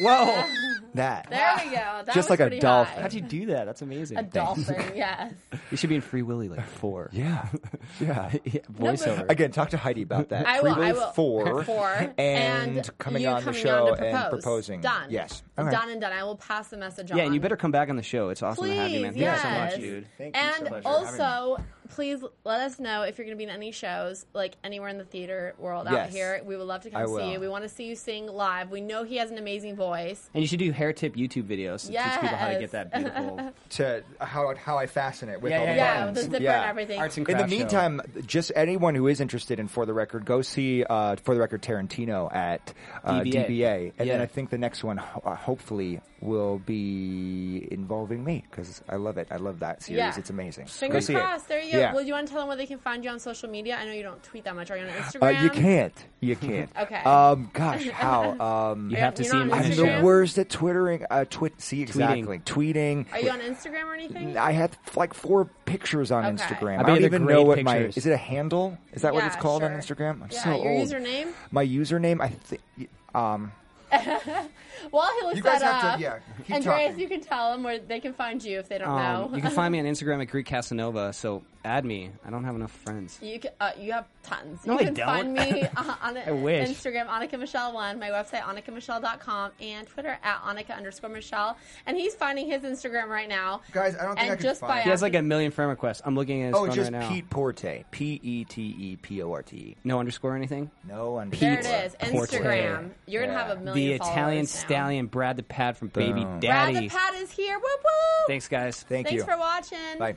S6: Whoa!
S4: That.
S2: There we go. That
S4: Just
S2: was
S4: like a
S2: pretty
S4: dolphin.
S2: high.
S6: How'd you do that? That's amazing.
S2: A dolphin, yes.
S6: You should be in Free Willy like four.
S4: Yeah. Yeah.
S6: Yeah, voiceover.
S4: Again, talk to Heidi about that.
S2: I will.
S4: Free
S2: I
S4: Willy
S2: will.
S4: Four.
S2: Four.
S4: And, coming
S2: you
S4: on
S2: coming
S4: the show
S2: on to propose.
S4: and proposing.
S2: Done.
S4: Yes.
S2: Done and done. I will pass the message on.
S3: Yeah, and you better come back on the show. It's awesome
S2: Please,
S3: to have you, man. Thank
S2: yes.
S3: you so much, dude.
S4: Thank you so
S2: and
S4: much for having
S2: also, please let us know if you're going to be in any shows, like anywhere in the theater world out
S4: Yes.
S2: here. We would love to
S4: I
S2: come see
S4: will.
S2: you. We want to see you sing live. We know he has an amazing voice.
S3: And you should do hair tip YouTube videos to teach people how
S2: Yes.
S3: to get that beautiful
S4: To how, how I fasten it with
S6: Yeah,
S4: all the
S6: yeah,
S2: Yeah, with the
S4: buttons.
S2: zipper and everything.
S6: Arts and
S4: In the
S6: craft show.
S4: meantime, just anyone who is interested in For the Record, go see uh, For the Record Tarantino at uh,
S3: DBA.
S4: DBA. And then
S3: Yeah.
S4: I think the next one, ho- uh, hopefully, will be involving me because I love it. I love that series.
S2: Yeah.
S4: It's amazing. Go
S2: Fingers
S4: see it.
S2: crossed. There you go.
S4: Yeah.
S2: Well, you want to tell them where they can find you on social media? I know you don't tweet that much. Are you on
S4: Uh,
S2: Instagram?
S4: you can't. You can't.
S2: Okay.
S4: Um, gosh, how? Um,
S6: You have to
S2: You're
S6: see
S2: not
S6: him
S2: on
S6: in
S4: I'm
S6: the
S4: the
S2: Instagram?
S6: show.
S4: worst at twittering. Uh, twit. See exactly. Tweeting.
S2: Are you on Instagram or anything?
S4: I had like four pictures on
S2: Okay.
S4: Instagram.
S2: I
S4: I,
S6: bet
S4: don't
S6: they're
S4: even
S6: great
S4: know what my
S6: pictures.
S4: is it a handle? Is that what
S2: Yeah,
S4: it's called on
S2: sure.
S4: Instagram? I'm
S2: Yeah,
S4: so
S2: your
S4: old.
S2: username?
S4: My username, I think. Um,
S2: While he looks
S4: You guys
S2: that
S4: have to-
S2: up,
S4: yeah, keep
S2: Andreas,
S4: talking.
S2: you can tell them where they can find you if they don't
S3: Um,
S2: know.
S3: you can find me on Instagram at Greek Casanova. So add me. I don't have enough friends.
S2: You can, uh, you have tons.
S3: No,
S2: you
S3: I
S2: can
S3: don't.
S2: find me uh, on a,
S6: wish.
S2: Instagram, Annika Michelle One, my website, AnnikaMichelle.com, and Twitter at Annika underscore Michelle. And he's finding his Instagram right now.
S4: Guys, I don't think
S2: and
S4: I could
S2: just by
S4: find-
S3: He has like a million friend requests. I'm looking at his
S4: oh,
S3: phone
S4: it's just
S3: right now.
S4: Pete Porte. P E T E P O R T E.
S3: No underscore or anything.
S4: No underscore.
S2: there it is. Instagram. You're gonna
S4: Yeah.
S2: have a
S3: The
S2: million.
S3: Italian
S2: followers now.
S3: stallion Brad the Pad from Baby
S2: Brad
S4: Boom.
S2: the
S3: Daddy.
S2: Pat is here. Whoop whoop.
S3: Thanks, guys.
S4: Thank
S2: Thanks
S4: you.
S2: for watching.
S4: Bye.